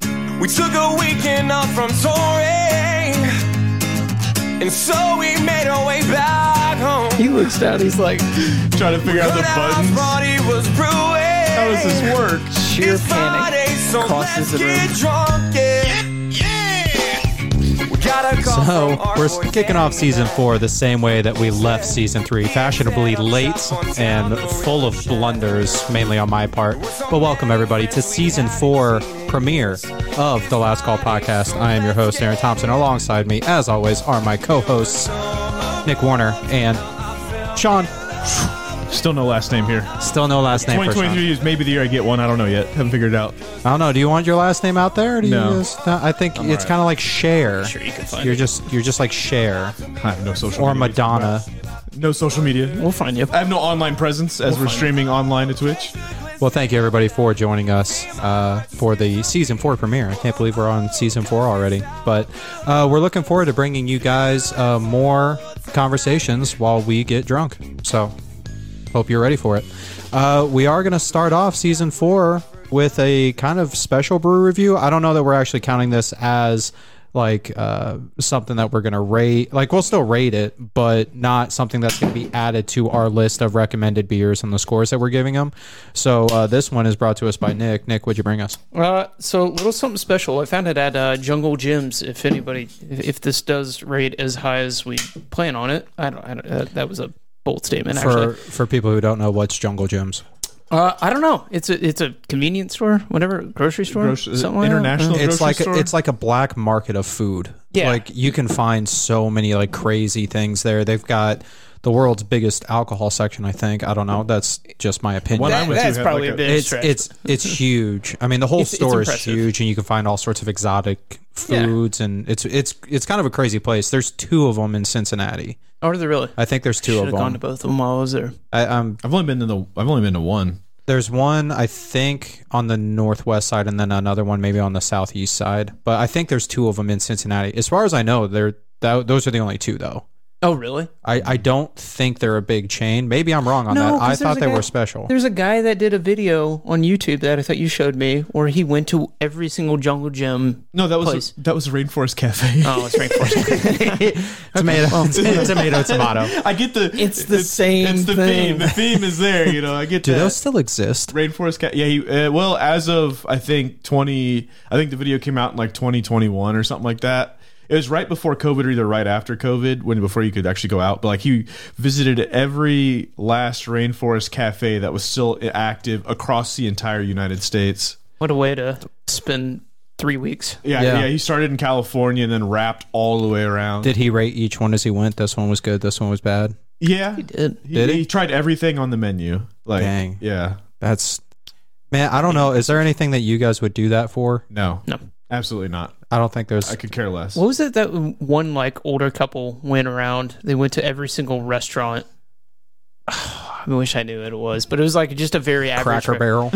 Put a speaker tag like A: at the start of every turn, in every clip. A: We took a weekend off from touring, and so we made our way back home.
B: He looks down. He's like,
C: Trying to figure out the
A: Burnout
C: buttons.
A: party was brewing.
C: How does this work?
B: sheer
A: It's
B: panic.
A: Friday, so let's
B: crosses the room.
A: get drunk, yeah. We got a call
D: So
A: from our
D: we're
A: boy
D: kicking off
A: Danny
D: season
A: Mac.
D: four the same way that we left season three, fashionably late and full of blunders, mainly on my part. But welcome everybody to season four premiere of the Last Call podcast. I am your host Aaron Thompson. Alongside me, as always, are my co-hosts Nick Warner and Sean.
C: Still no last name here.
D: Still no last name for Sean.
C: 2023 is maybe the year I get one. I don't know yet. Haven't figured it out.
D: I don't know. Do you want your last name out there? Or do
C: No.
D: You just, no, I think it's kind of like share.
E: Sure, you can find
D: You're
E: it.
D: just you're just like share
C: I have no social
D: or
C: media.
D: Madonna.
C: No social media.
E: We'll find you.
C: I have no online presence as we're streaming online to Twitch.
D: Well, thank you everybody for joining us uh, for the season four premiere. I can't believe we're on season four already, but uh, we're looking forward to bringing you guys uh, more conversations while we get drunk. So, hope you're ready for it. Uh, we are going to start off season four with a kind of special brew review. I don't know that we're actually counting this as like uh, something that we're going to rate. Like we'll still rate it, but not something that's going to be added to our list of recommended beers and the scores that we're giving them. So uh, this one is brought to us by Nick. Nick, what'd you bring us?
E: Uh, so a little something special. I found it at uh, Jungle Gyms. If anybody, if this does rate as high as we plan on it, I don't. I don't uh, that was a bold statement.
D: For
E: Actually,
D: for people who don't know, what's Jungle Gyms?
E: uh, I don't know. It's a it's a convenience store, whatever, grocery store,
C: Groce- is it
E: something like that?
C: international?
E: Uh,
D: It's
C: grocery
D: like
C: store?
D: a, it's like a black market of food.
E: Yeah.
D: like you can find so many like crazy things there. They've got the world's biggest alcohol section. I think I don't know. That's just my opinion.
C: When I went to
E: that's
C: had like
E: probably a
C: a-
E: bit. of a
D: it's
E: stretch.
D: it's it's huge. I mean, the whole
E: It's- it's
D: store is
E: impressive.
D: huge, and you can find all sorts of exotic
E: Yeah.
D: foods, and it's it's it's kind of a crazy place. There's two of them in Cincinnati.
E: Are they really?
D: I think there's two
E: Should
D: of
E: have gone to
D: them.
E: both of them while I was there.
D: I, um,
C: I've only been to the. I've only been to one.
D: There's one, I think, on the northwest side, and then another one maybe on the southeast side. But I think there's two of them in Cincinnati. As far as I know, they're tho- those are the only two, though.
E: Oh, really?
D: I, I don't think they're a big chain. Maybe I'm wrong on
E: No,
D: that. I
E: 'cause there's
D: thought
E: a
D: they
E: guy-
D: were special.
E: There's a guy that did a video on YouTube that I thought you showed me, where he went to every single Jungle Gym.
C: No, that was
E: Place.
C: that was Rainforest Cafe.
E: Oh, it's rainforest.
D: Tomato, tomato, tomato.
C: I get the.
E: It's the same
C: It's the theme.
E: thing.
C: The theme is there. You know, I get
D: Do
C: that.
D: those still exist?
C: Rainforest Cat. Yeah, he, uh, well, as of I think twenty, I think the video came out in like twenty twenty one or something like that. It was right before COVID or either right after COVID, when before you could actually go out. But like he visited every last Rainforest Cafe that was still active across the entire United States.
E: what a way to spend three weeks.
C: Yeah,
D: Yeah.
C: yeah. he started in California and then wrapped all the way around.
D: Did he rate each one as he went? This one was good. This one was bad.
C: yeah,
E: Did.
C: he,
D: Did he?
C: he tried everything on the menu. Like,
D: Dang.
C: yeah,
D: That's man. I don't know. Is there anything that you guys would do that for?
C: no,
E: No.
C: absolutely not.
D: I don't think there's.
C: I could care less.
E: What was it that one like older couple went around? They went to every single restaurant. I wish I knew what it was, but it was like just a very average.
D: Cracker Barrel.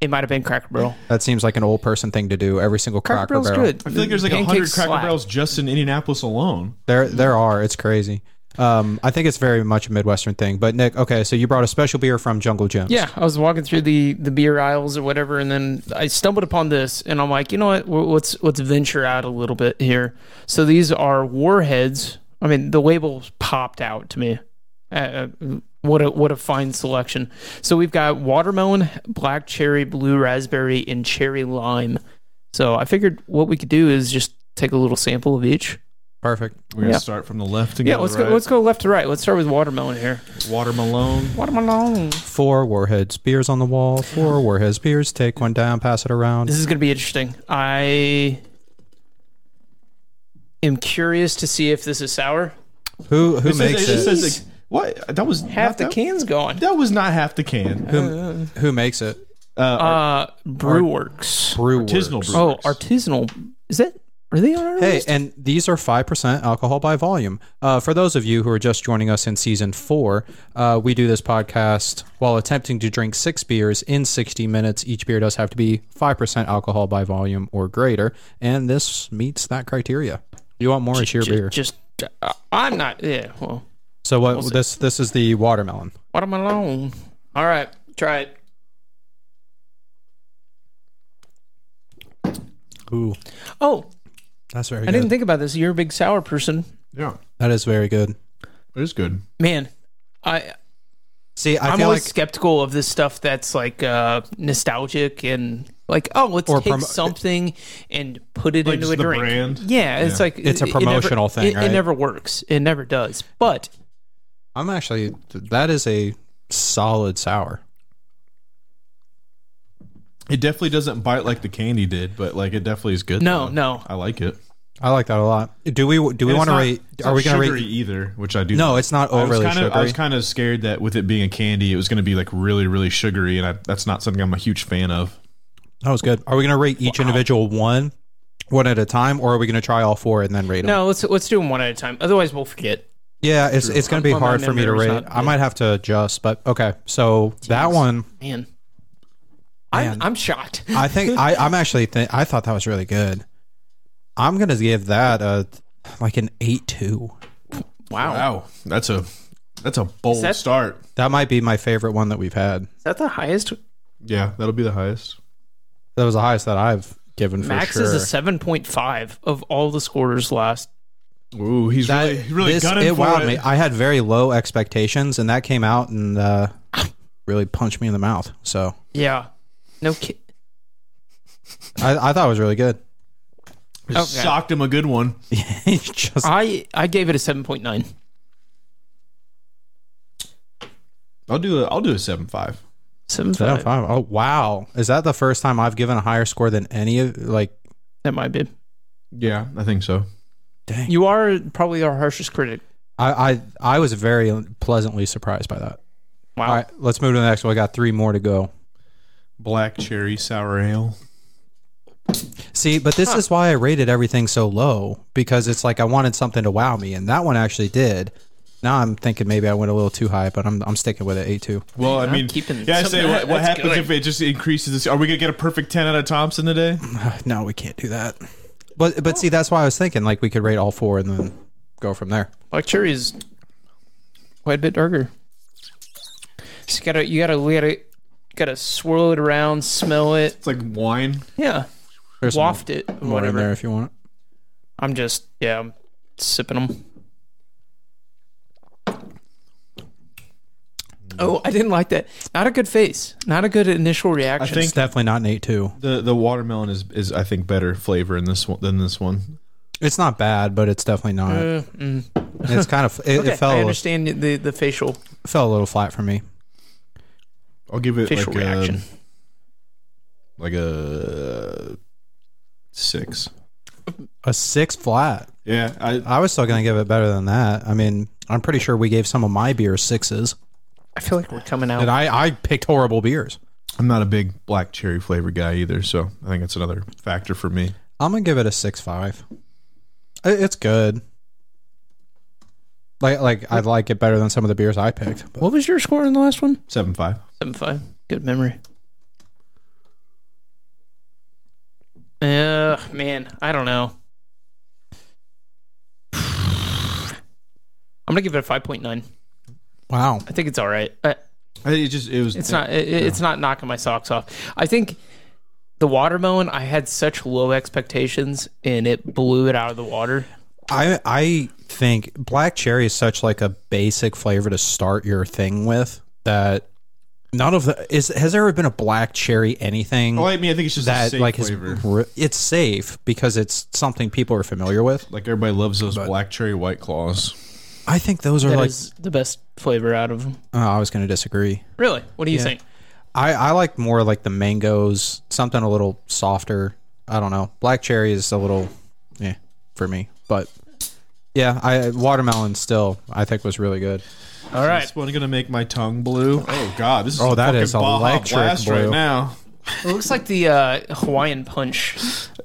E: It might have been Cracker Barrel.
D: That seems like an old person thing to do. Every single
E: Cracker,
D: Cracker,
E: Barrel's
D: Barrel.
E: good.
C: I feel like there's like a hundred
E: Pancakes
C: Cracker
E: slap.
C: Barrels just in Indianapolis alone.
D: There, there are. It's crazy. Um, I think it's very much a Midwestern thing. But Nick, okay, so you brought a special beer from Jungle Gyms.
E: Yeah, I was walking through the the beer aisles or whatever, and then I stumbled upon this, and I'm like, you know what? w- Let's let's venture out a little bit here. So these are warheads. I mean, the labels popped out to me. Uh, uh, what a what a fine selection. So we've got watermelon, black cherry, blue raspberry, and cherry lime. So I figured what we could do is just take a little sample of each.
D: perfect.
C: We're gonna
E: Yeah.
C: start from the left and
E: Yeah,
C: go to
E: let's
C: the
E: go. Let's go left to right. Let's start with watermelon here.
C: right. Water Malone.
E: Watermelon.
D: Four warheads, beers on the wall. Four warheads, beers. Take one down, pass it around.
E: This is going to be interesting. I am curious to see if this is sour.
D: Who who
C: says-
D: makes
C: just
D: it?
C: says, like, what? That was
E: Half
C: not
E: the
C: that,
E: can's gone.
C: That was not half the can.
D: Who, who makes it?
E: Uh, Brewworks.
D: Brew
C: Artisanal
D: Works.
C: brew.
E: Oh, artisanal. Is it? Are they on our
D: Hey,
E: list?
D: and these are 5% alcohol by volume. Uh, for those of you who are just joining us in season four, uh, we do this podcast while attempting to drink six beers in 60 minutes. Each beer does have to be 5% alcohol by volume or greater, and this meets that criteria. You want more? It's your
E: Ju-
D: beer.
E: Just, uh, I'm not. Yeah. Well,
D: So what? this this is the watermelon.
E: watermelon. All right, try it.
D: Ooh,
E: Oh,
D: that's very
E: I
D: good.
E: didn't think about this. You're a big sour person,
C: Yeah,
D: that is very good.
C: it is good.
E: man. I
D: See, I
E: I'm
D: feel
E: always
D: like
E: skeptical of this stuff that's like uh, nostalgic and like oh let's
D: Or
E: take
D: promo-
E: something and put it
C: Like
E: into
C: just
E: a
C: the
E: drink.
C: brand?
E: Yeah, it's
C: Yeah.
E: like
D: It's a
E: it- it never-
D: promotional thing,
E: It,
D: right?
E: it never works. It never does. But
D: I'm actually that is a solid sour.
C: It definitely doesn't bite like the candy did, but like it definitely is good.
E: No,
C: though.
E: no.
C: I like it.
D: I like that a lot. Do we do we
C: And it's
D: want to
C: not-
D: rate?
C: it's
D: Are
C: not
D: we going to
C: sugary
D: rate?
C: either? Which I do.
D: No, it's not
C: I was
D: overly
C: kind
D: sugary.
C: of I was kind of scared that with it being a candy, it was going to be like really really sugary, and I, that's not something I'm a huge fan of.
D: that was good. Are we going to rate each individual one, one at a time, or are we going to try all four and then rate them?
E: no, let's let's do them one at a time. Otherwise, we'll forget.
D: Yeah, it's it's going to be
E: Well, my
D: hard for me to
E: memory's
D: rate.
E: not
D: I might have to adjust, but okay. So that one, Man.
E: Man, I'm I'm shocked.
D: I think I I'm actually think I thought that was really good. I'm going to give that a like an eight two.
E: Wow.
C: Wow, that's a that's a bold
E: that-
C: start.
D: That might be my favorite one that we've had.
E: Is that the highest?
C: Yeah, that'll be the highest.
D: That was the highest that I've given for
E: Max
D: sure.
E: is a seven point five of all the scorers last.
C: Ooh, he's
D: That-
C: really he really
D: this-
C: gunning
D: it
C: for
D: wowed
C: it.
D: me. I had very low expectations, and that came out and uh, really punched me in the mouth. So
E: Yeah. No kid.
D: I, I thought it was really good.
C: Just
E: Okay.
C: Socked him a good one.
D: Just
E: I I gave it a seven point nine.
C: I'll do a I'll do a seven five.
E: Seven
D: Seven
E: five.
D: five. Oh wow! Is that the first time I've given a higher score than any of like?
E: That might be.
C: Yeah, I think so.
D: Dang,
E: You are probably our harshest critic.
D: I I, I was very pleasantly surprised by that.
E: Wow.
D: All right, let's move to the next one. We got three more to go.
C: Black cherry sour ale.
D: See, but this is why I rated everything so low because it's like I wanted something to wow me, and that one actually did. Now I'm thinking maybe I went a little too high, but I'm I'm sticking with it. A two.
C: Well, I
E: I'm
C: mean,
E: keeping
C: yeah. I
E: some-
C: say what, what
E: that's
C: happens
E: good.
C: if it just increases? This, are we gonna get a perfect ten out of Thompson today?
D: No, we can't do that. But but see, that's why I was thinking like we could rate all four and then go from there.
E: Black cherry is quite a bit darker. Just gotta you gotta you gotta gotta swirl it around, smell it.
C: It's like wine.
E: Yeah.
D: There's
E: Waft it.
D: more in there
E: Whatever.
D: if you want.
E: I'm just yeah, I'm sipping them. Oh, I didn't like that. Not a good face. Not a good initial reaction.
C: think-
D: It's definitely not an eight two.
C: The the watermelon is is I think better flavor in this one than this one.
D: It's not bad, but it's definitely not.
E: Uh, mm.
D: It's kind of it,
E: Okay,
D: it fell
E: I
D: a little-
E: understand the the facial
D: fell a little flat for me.
C: I'll give it
E: facial
C: like
E: reaction.
C: a like a six.
D: A six flat.
C: Yeah, I
D: I was still gonna give it better than that. I mean, I'm pretty sure we gave some of my beers sixes,
E: I feel like we're coming out.
D: and I I picked horrible beers.
C: I'm not a big black cherry flavor guy either, so I think that's another factor for me.
D: I'm gonna give it a six five. It's good. Like like I'd like it better than some of the beers I picked. But
E: what was your score in the last one?
C: Seven five.
E: Seven five. Good memory. Uh man, I don't know. I'm gonna give it a five point nine.
D: wow,
E: I think it's all right. I,
C: I, it just it was.
E: it's not. It, it- It's not knocking my socks off. I think the watermelon. I had such low expectations, and it blew it out of the water.
D: I I think black cherry is such like a basic flavor to start your thing with that none of the is has there ever been a black cherry anything
C: Well, I mean, I think it's just a
D: that
C: safe
D: like is
C: flavor.
D: r- it's safe because it's something people are familiar with.
C: like everybody loves those black cherry white claws.
D: I think those are
E: That is
D: like
E: the best flavor out of them.
D: oh, I was going to disagree.
E: Really? What do you think?
D: I I like more like the mangoes, something a little softer. I don't know. Black cherry is a little yeah for me, but yeah, I watermelon still I think was really good.
E: All right.
C: This one gonna make my tongue blue. Oh God, this is
D: Oh, that
C: fucking
D: is
C: Baja
D: electric
C: Blast
D: blue.
C: right now.
E: It looks like the uh, Hawaiian punch.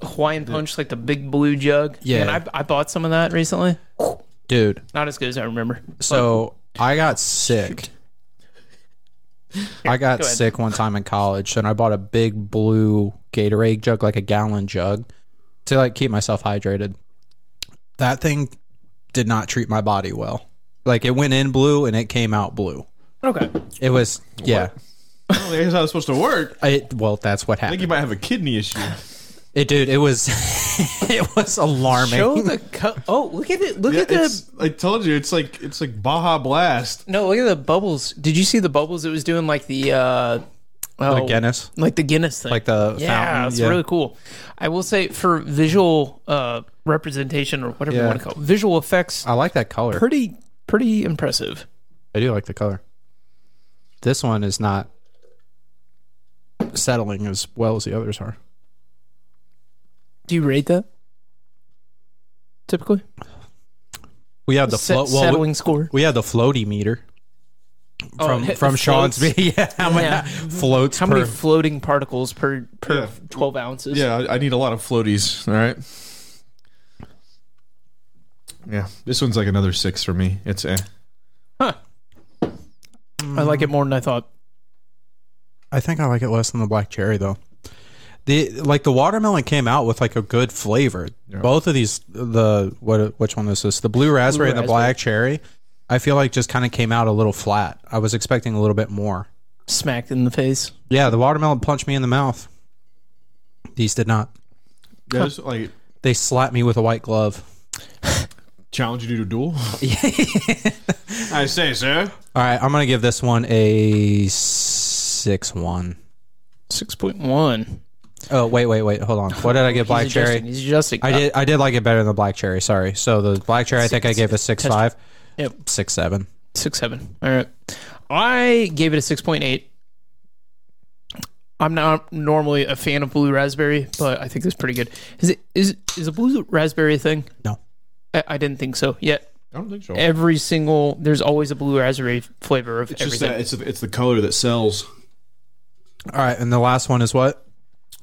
E: Hawaiian punch, like the big blue jug.
D: Yeah.
E: And I, I bought some of that recently.
D: Dude,
E: Not as good as I remember.
D: So I got sick. I got
E: go ahead.
D: sick one time in college, and I bought a big blue Gatorade jug, like a gallon jug, to like keep myself hydrated. That thing did not treat my body well. Like it went in blue and it came out blue.
E: Okay.
D: It was yeah.
C: I don't think that's how it's supposed to work.
D: It well, that's what
C: I think you
D: happened.
C: might have a kidney issue.
D: It, dude, it was it was alarming.
E: Show the co- oh, look at it! Look
C: Yeah,
E: at the
C: it's- I told you, it's like it's like Baja Blast.
E: no, look at the bubbles. Did you see the bubbles? It was doing like the uh,
D: The
E: oh,
D: Guinness.
E: like the Guinness thing,
D: Like the
E: yeah,
D: fountain,
E: it's
D: yeah.
E: really cool. I will say for visual uh representation or whatever
D: Yeah. Uh,
E: you want to call it, visual effects,
D: I like that color.
E: pretty pretty impressive.
D: I do like the color. This one is not settling as well as the others are.
E: Do you rate that? Typically,
D: We have the
E: Set-
D: float. Well,
E: settling
D: we,
E: score.
D: we have the floaty meter from
E: Oh, hit
D: from
E: the
D: Sean's.
E: floats.
D: Yeah, how many
E: Yeah.
D: floats?
E: How
D: per,
E: many floating particles per per
C: Yeah.
E: twelve ounces?
C: Yeah, I, I need a lot of floaties. All right. Yeah, this one's like another six for me. It's eh.
D: Mm.
E: I like it more than I thought.
D: I think I like it less than the black cherry though. The like the watermelon came out with like a good flavor. Both of these, the what which one is this? The blue raspberry and the
E: raspberry.
D: black cherry. I feel like just kind of came out a little flat. I was expecting a little bit more.
E: Smacked in the face.
D: Yeah, the watermelon punched me in the mouth. These did not.
C: Yeah, it's like
D: They slapped me with a white glove.
C: challenge you to a duel. I say, sir.
D: All right, I'm gonna give this one a six one.
E: Six point one.
D: Oh wait, wait, wait. Hold on. What did I give black
E: He's adjusting.
D: cherry?
E: He's adjusting.
D: I did. I did like it better than the black cherry. Sorry. So the black cherry, I think I gave a six five.
E: Yep.
D: Six seven.
E: Six seven. All right. I gave it a six point eight. I'm not normally a fan of blue raspberry, but I think it's pretty good. Is it is is a blue raspberry a thing?
D: No.
E: I, I didn't think so. Yet
C: I don't think so.
E: every single there's always a blue raspberry flavor of
C: It's just
E: everything.
C: that it's the- it's the color that sells.
D: All right, and the last one is what?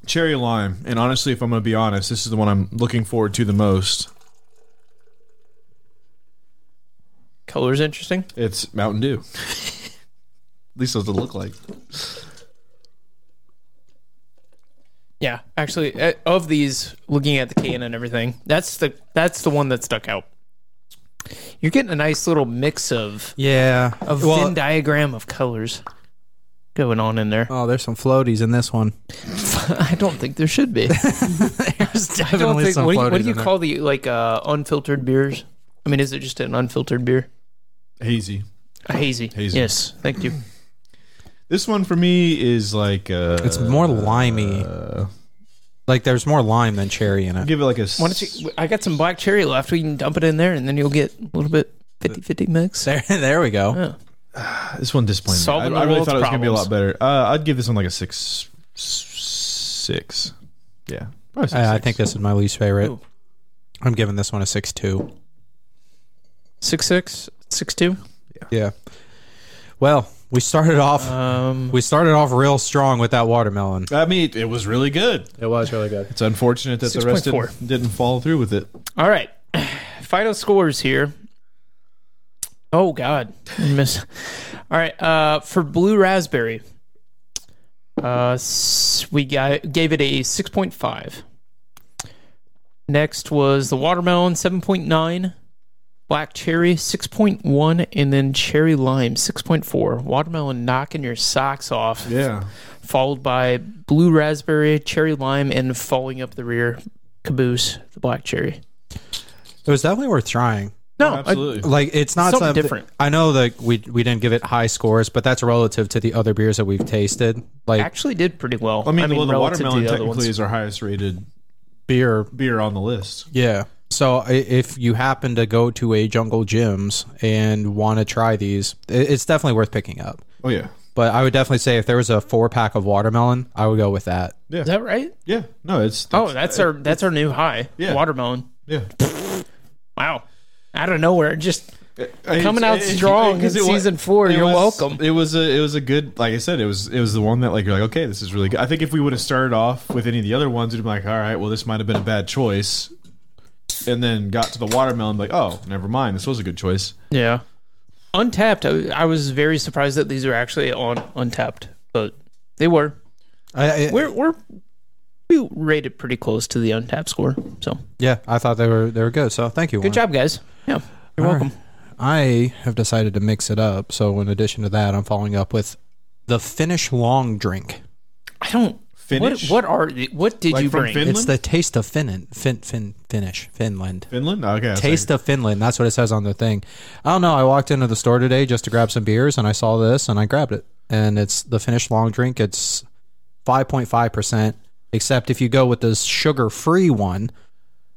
C: Cherry lime, and honestly, if I'm going to be honest, this is the one I'm looking forward to the most.
E: Color's interesting.
C: It's Mountain Dew. At least that's what it look like.
E: Yeah, actually, uh, of these, looking at the can and everything, that's the that's the one that stuck out. You're getting a nice little mix of
D: Yeah.
E: a
D: well,
E: Venn diagram of colors going on in there.
D: oh, there's some floaties in this one.
E: I don't think there should be.
D: There's
E: I don't
D: definitely
E: think.
D: some
E: What do you,
D: floaties
E: what do you
D: in there.
E: call the like uh, unfiltered beers? I mean, is it just an unfiltered beer?
C: Hazy.
E: A hazy.
C: Hazy.
E: Yes, thank you.
C: This one for me is like uh,
D: It's more limey. like there's more lime than cherry in it.
C: give it like a.
E: Why don't you? I got some black cherry left. We can dump it in there, and then you'll get a little bit 50-50 mix.
D: There, there we go.
E: Yeah.
C: This one disappointed. me.
E: Solving
C: I, I
E: the
C: really
E: world's
C: thought it was going to be a lot
E: problems.
C: better. Uh, I'd give this one like a six, s- six. Yeah, probably six,
D: Uh, I, I
C: six.
D: think this is my least favorite.
E: Ooh.
D: I'm giving this one a six two.
E: Six six six two.
D: Yeah. Well, we started off.
E: Um.
D: we started off real strong with that watermelon.
C: I mean, it was really good.
D: It was really good.
C: It's unfortunate that the rest
E: 6.4.
C: didn't, didn't follow through with it.
E: All right. Final scores here. Oh God. I miss- All right. Uh for blue raspberry. Uh s- we got, gave it a six point five. Next was the watermelon, seven point nine. Black cherry, six point one, and then cherry lime, six point four. Watermelon knocking your socks off
C: Yeah,
E: followed by blue raspberry, cherry lime, and falling up the rear caboose, the black cherry.
D: It was definitely worth trying.
E: No,
C: Oh, absolutely.
D: Like it's not
E: Something
D: something
E: different.
D: I know that we we didn't give it high scores, but that's relative to the other beers that we've tasted. Like
E: I actually did pretty well.
C: I mean, well, the
E: relative to
C: watermelon
E: other
C: technically
E: ones.
C: is our highest rated
D: beer,
C: beer on the list.
D: yeah. So i- if you happen to go to a Jungle Gyms and want to try these, i- it's definitely worth picking up.
C: Oh yeah,
D: But I would definitely say if there was a four pack of watermelon, I would go with that.
E: Is that right?
C: yeah. No, it's,
E: Oh, that's our that's our new high.
C: Yeah.
E: Watermelon.
C: yeah.
E: Wow. Out of nowhere, just
C: It's-
E: out
C: it's-
E: strong
C: because
E: in
C: it wa-
E: season four.
C: it
E: You're
C: was-
E: welcome.
C: It was a it was a good like I said it was it was the one that like you're like okay this is really good. I think if we would have started off with any of the other ones, it'd be like all right, well this might have been a bad choice, and then got to the watermelon like oh never mind this was a good choice.
E: yeah. Untapped. I, I was very surprised that these are actually on Untapped, but they were.
D: I, I-
E: We're we're we rated pretty close to the Untapped score. So
D: yeah, I thought they were they were good. So thank you.
E: good job, guys. Yeah. You're welcome.
D: I have decided to mix it up. So in addition to that, I'm following up with the Finnish long drink.
E: I don't What
C: Finnish?
E: what are the- what did
C: Like
E: you
C: from
E: bring?
C: Finland?
D: It's the taste of Finland, fin, fin, Finnish, Finland.
C: Finland? Okay. I was
D: Taste of Finland. That's what it says on the thing. I don't know. I walked into the store today just to grab some beers, and I saw this, and I grabbed it. And it's the Finnish long drink. It's five point five percent. Except if you go with this sugar-free one,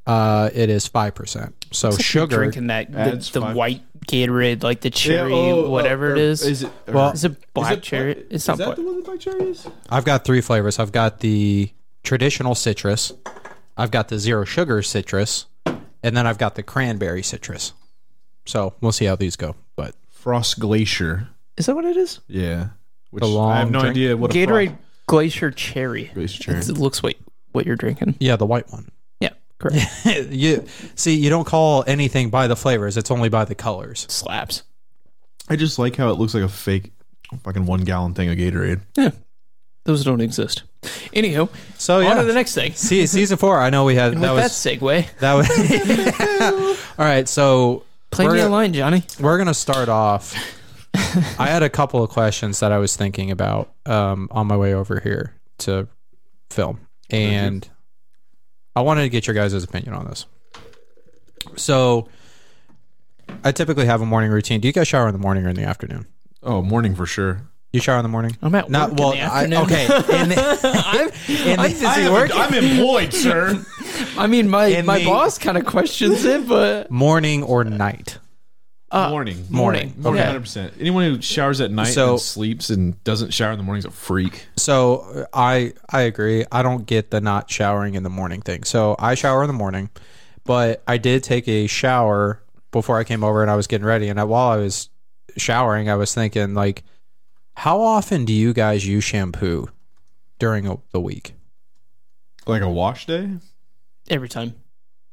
D: uh, it is five percent. So sugar.
E: drinking that the,
C: Adds
E: the
C: five-
E: white Gatorade, like the
C: thinking-
E: cherry,
C: Yeah, oh,
E: whatever
C: oh,
E: it
C: or-
E: is.
C: Is it?
D: Well,
C: or-
E: It's a
C: is
E: black
C: it
E: cherry.
C: black-
E: It's not
C: Is that
E: black.
C: the one with black cherry is?
D: I've got three flavors. I've got the traditional citrus, I've got the zero sugar citrus, and then I've got the cranberry citrus. So we'll see how these go. But
C: Frost Glacier.
E: Is that what it is?
C: Yeah. Which
D: The long
C: I have no
D: drink?
C: idea what a
E: Gatorade
C: Frost
E: Glacier Cherry.
C: Glacier cherry.
E: It's- It looks like what you're drinking.
D: yeah, the white one.
E: Yeah, correct.
D: you see, you don't call anything by the flavors; it's only by the colors.
E: Slaps.
C: I just like how it looks like a fake fucking one gallon thing of Gatorade.
E: Yeah, those don't exist. Anywho,
D: So
E: on
D: yeah,
E: to the next thing.
D: see, season four. I know we had that
E: With
D: was
E: that segue,
D: that was. All right, so
E: play
D: we're
E: me a
D: gonna-
E: line, Johnny.
D: we're gonna start off. I had a couple of questions that I was thinking about um, on my way over here to film, and I wanted to get your guys' opinion on this. So, I typically have a morning routine. Do you guys shower in the morning or in the afternoon?
C: Oh, morning for sure.
D: You shower in the morning.
E: I'm at
D: Not
E: work
D: well.
E: in the
D: I,
E: afternoon.
D: okay. In the,
E: I'm,
D: in
E: I'm
D: the-
E: busy working.
C: I'm employed, sir.
E: I mean, my,
D: in
E: my
D: the-
E: boss kind of questions it, but
D: morning or night.
E: uh,
C: morning.
E: morning.
C: Morning,
E: Okay.
C: hundred percent. Anyone who showers at night
D: So-
C: and sleeps and doesn't shower in the morning is a freak.
D: So uh, I I agree. I don't get the not showering in the morning thing. So I shower in the morning, but I did take a shower before I came over and I was getting ready. And I, while I was showering, I was thinking like, how often do you guys use shampoo during a, the week?
C: Like a wash day.
E: Every time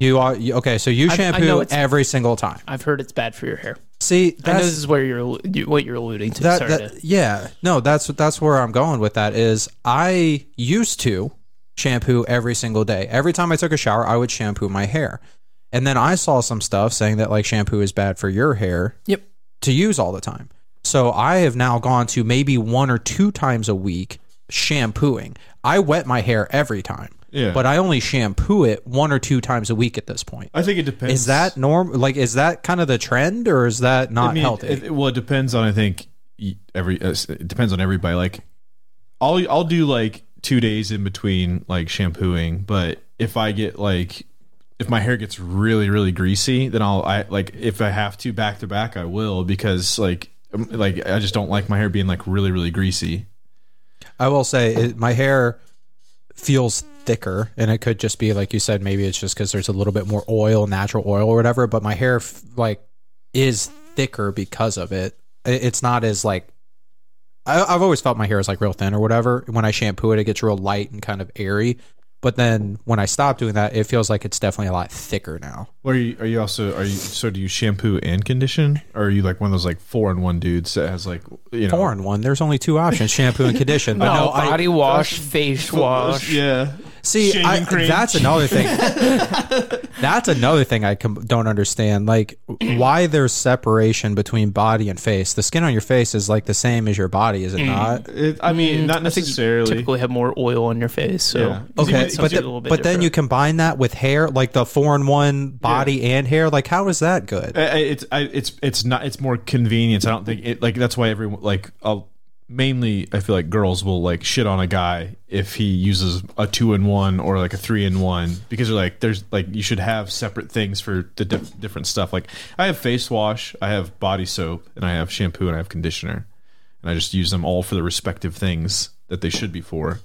D: You are you, okay. So you
E: I- I
D: shampoo
E: know it's-
D: every single time.
E: I've heard it's bad for your hair.
D: See,
E: I know
D: that's
E: this is where you're allu- you- what you're alluding to.
D: that,
E: Sorry
D: that-
E: to-
D: yeah no that's that's where i'm going with that is i used to shampoo every single day every time i took a shower i would shampoo my hair and then i saw some stuff saying that like shampoo is bad for your hair
E: Yep.
D: to use all the time so i have now gone to maybe one or two times a week shampooing i wet my hair every time
C: Yeah.
D: but i only shampoo it one or two times a week at this point
C: I think it depends.
D: is that norm like is that kind of the trend or is that not
C: I mean,
D: healthy
C: It, it- well, it depends on I think e- every uh, s- it depends on everybody. Like, I'll I'll do like two days in between like shampooing, but if I get like if my hair gets really really greasy, then I'll I like if I have to back to back, I will because like um, like I just don't like my hair being like really really greasy.
D: I will say it, my hair feels thicker, and it could just be like you said. Maybe it's just because there's a little bit more oil, natural oil or whatever. But my hair f- like is thicker because of it. It- It's not as like I, I've always felt my hair is like real thin or whatever. When I shampoo it, it gets real light and kind of airy. But then when I stop doing that, it feels like it's definitely a lot thicker now.
C: Or are you, are you also are you so do you shampoo and condition, or are you like one of those like four in one dudes that has like you know
D: Foreign one. There's only two options: shampoo and condition. But
E: No,
D: no, I,
E: body wash, face wash.
C: Yeah,
D: See,
C: Shaving
D: I,
C: cream.
D: that's another thing. that's another thing I com- don't understand. Like, why there's separation between body and face? The skin on your face is like the same as your body,
E: Mm.
D: is it not?
C: it, I
D: Mm,
C: mean not necessarily.
E: Typically have more oil on your face, so
C: Yeah.
D: Okay,
E: It's
D: but,
E: a
D: the-
E: little
D: but
E: bit
D: then
E: different.
D: you combine that with hair, like the four in one body and hair. Like, how is that good?
C: I- I- it's I, it's it's not it's more convenience. I don't think it like that's why everyone like i mainly I feel like girls will like shit on a guy if he uses a two in one or like a three in one because they're like there's like you should have separate things for the diff- different stuff. Like I have face wash, I have body soap, and I have shampoo and I have conditioner, and I just use them all for the respective things that they should be for.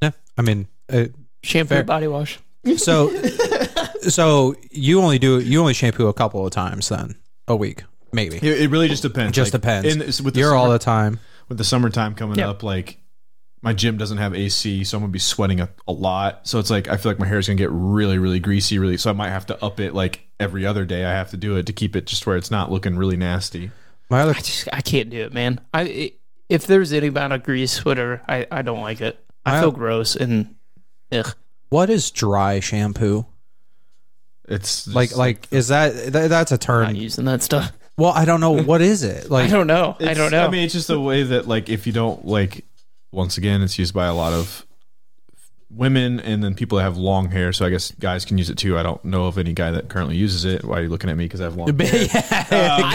D: Yeah, I mean, uh,
E: shampoo,
D: Fair.
E: body wash.
D: so so you only do you only shampoo a couple of times then a week, maybe.
C: It, it really just depends.
D: Just
C: Like,
D: depends.
C: in- it's with the
D: You're
C: summer-
D: all the time.
C: with the summertime coming
E: Yeah.
C: up, like my gym doesn't have AC, so I'm gonna be sweating a, a lot. So it's like I feel like my hair is gonna get really, really greasy, really. So I might have to up it like every other day. I have to do it to keep it just where it's not looking really nasty.
D: My other
E: I just I can't do it, man. I i if there's any amount of grease, whatever, I I don't like it. I,
D: I-
E: feel gross and ugh.
D: what is dry shampoo?
C: It's just-
D: like like is that th- that's a
E: Not
D: term
E: using that stuff.
D: well i don't know what is it
E: I
D: like
E: don't know. I
C: it's-
E: don't know.
C: I mean, it's just a way that like if you don't like Once again, it's used by a lot of women and then people that have long hair. So I guess guys can use it too. I don't know of any guy that currently uses it. Why are you looking at me? Because I have long hair.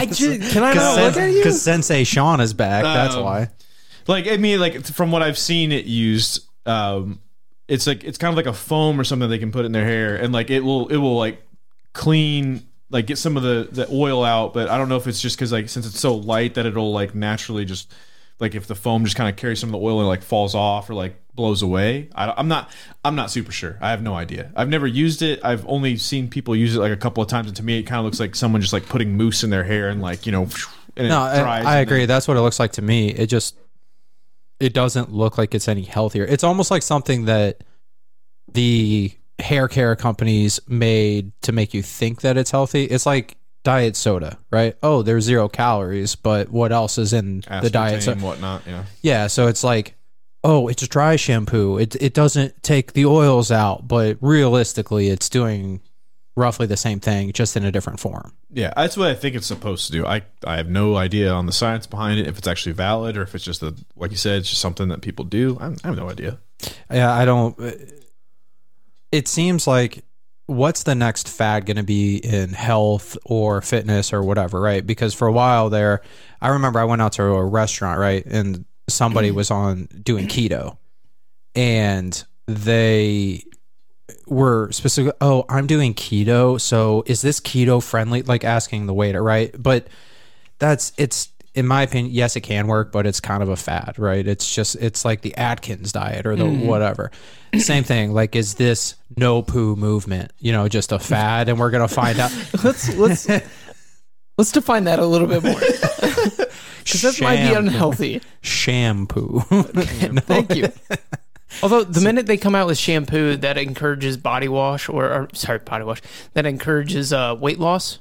E: I just, can I
D: Because
E: not look at you?
D: Sensei Sean is back. that's
C: Um,
D: why.
C: like I mean, like from what I've seen it used, um, it's like it's kind of like a foam or something they can put in their hair, and like it will it will like clean like get some of the the oil out. But I don't know if it's just because like since it's so light that it'll like naturally just like if the foam just kind of carries some of the oil and like falls off or like blows away. I, I'm not I'm not super sure. I have no idea. I've never used it. I've only seen people use it like a couple of times, and to me it kind of looks like someone just like putting mousse in their hair and like you know. And it
D: No, I,
C: dries
D: I
C: and
D: agree. That's what it looks like to me. It just it doesn't look like it's any healthier. It's almost like something that the hair care companies made to make you think that it's healthy. It's like diet soda, right? Oh, there's zero calories, but what else is in the diet
C: aspartame and
D: soda?
C: whatnot. Yeah.
D: Yeah, so it's like, oh, it's dry shampoo. It it doesn't take the oils out, but realistically, it's doing roughly the same thing, just in a different form.
C: Yeah, that's what I think it's supposed to do. I, I have no idea on the science behind it, if it's actually valid or if it's just a like you said, it's just something that people do. I, I have no idea.
D: Yeah, I don't. It seems like what's the next fad going to be in health or fitness or whatever, right? Because for a while there, I remember I went out to a restaurant, right? And somebody was on doing keto and they were specific. Oh, I'm doing keto. So is this keto friendly? Like asking the waiter, right? But that's it's in my opinion yes it can work but it's kind of a fad right it's just it's like the atkins diet or the
E: Mm-hmm.
D: whatever same thing like is this no poo movement you know just a fad and we're gonna find out
E: let's let's let's define that a little bit more because that might be
D: Shampoo.
E: unhealthy.
D: shampoo
E: Thank you. Although the minute they come out with shampoo that encourages body wash or, or sorry body wash that encourages uh, weight loss,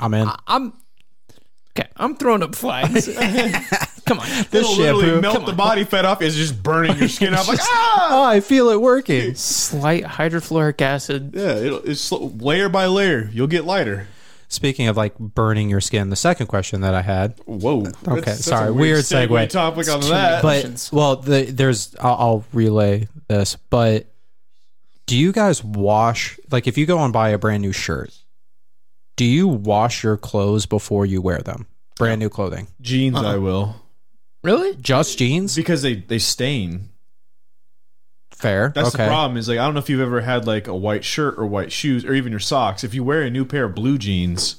D: i'm in
E: I'm okay. I'm throwing up flags. come on,
C: This
D: It'll literally shampoo-
C: melt the body fat off is just burning your skin off. Like ah,
D: oh i feel it working
E: slight hydrofluoric acid.
C: yeah, it'll, it's sl- layer by layer. You'll get lighter.
D: speaking of like burning your skin the second question that i had
C: Whoa. Okay,
D: sorry, weird segue.
C: topic on that.
D: but
E: Questions.
D: well the, there's I'll, I'll relay this but do you guys wash like if you go and buy a brand new shirt do you wash your clothes before you wear them brand new clothing
C: Jeans,
D: Uh-uh.
C: I will
E: Really?
D: just jeans
C: because they they stain.
D: fair
C: That's
D: okay
C: the problem. Is like I don't know if you've ever had like a white shirt or white shoes or even your socks. If you wear a new pair of blue jeans,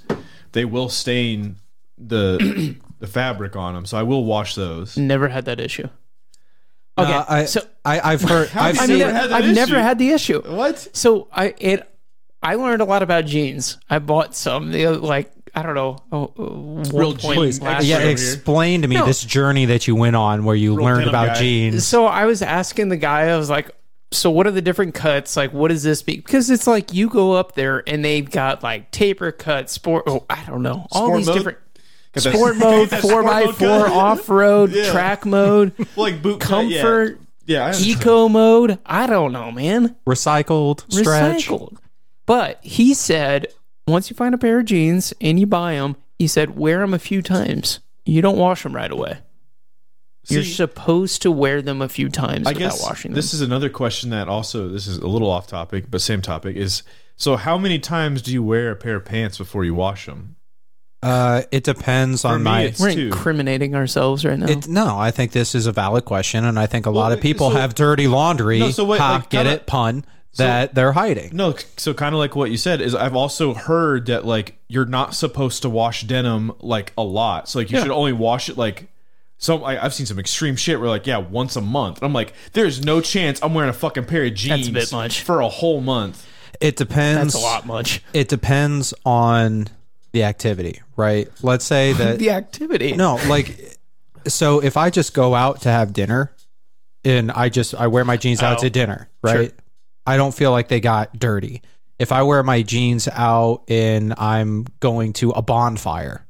C: they will stain the the fabric on them. So I will wash those.
E: Never had that issue.
D: No,
E: Okay,
D: I,
E: so
D: I, i've heard
C: How
D: i've
C: do
E: I
C: you
D: seen
E: mean,
C: never had that
E: I've never
C: issue.
E: had the issue.
C: What?
E: So I it I learned a lot about jeans. I bought some the other, like I don't know oh, real
C: jeans.
D: yeah
C: over here.
D: explain to me
E: No.
D: this journey that you went on where you learned
C: denim
D: about
C: guy.
D: jeans
E: So I was asking the guy. I was like, "So what are the different cuts? Like, what does this be?" Because it's like you go up there and they've got like taper cut, sport. Oh, I don't know. All
C: Sport
E: these
C: mode?
E: different
C: Got that-
E: sport mode,
C: that
E: four
C: sport
E: by
C: mode
E: four,
C: cut?
E: off road,
C: Yeah.
E: track mode,
C: like boot cut, yeah.
E: comfort,
C: Yeah, I understand.
E: eco mode. I don't know, man.
D: recycled stretch
E: recycled. But he said, once you find a pair of jeans and you buy them, he said, wear them a few times. You don't wash them right away. You're
C: See,
E: supposed to wear them a few times
C: I
E: without
C: guess
E: washing them.
C: this is another question that also this is a little off topic, but same topic is. So how many times do you wear a pair of pants before you wash them?
D: uh it depends
C: For
D: on
C: me,
D: my
C: it's
E: We're
C: two.
E: incriminating ourselves right now.
D: It, no, I think this is a valid question, and I think a lot of
C: it-
D: people
C: so-
D: have dirty laundry.
C: No, so what,
D: ha,
C: like,
D: get
C: kinda-
D: it pun that they're hiding.
C: No, so kind of like what you said is I've also heard that like you're not supposed to wash denim like a lot. So like you should only wash it like so I, I've seen some extreme shit where like yeah once a month. I'm like there's no chance I'm wearing a fucking pair of jeans
E: a bit much.
C: for a whole month.
D: It depends.
E: That's a lot much.
D: It depends on the activity, right? Let's say that
E: The activity.
D: no, like, so if I just go out to have dinner, and I just I wear my jeans out
E: Oh.
D: to dinner, right? I don't feel like they got dirty. If I wear my jeans out and I'm going to a bonfire,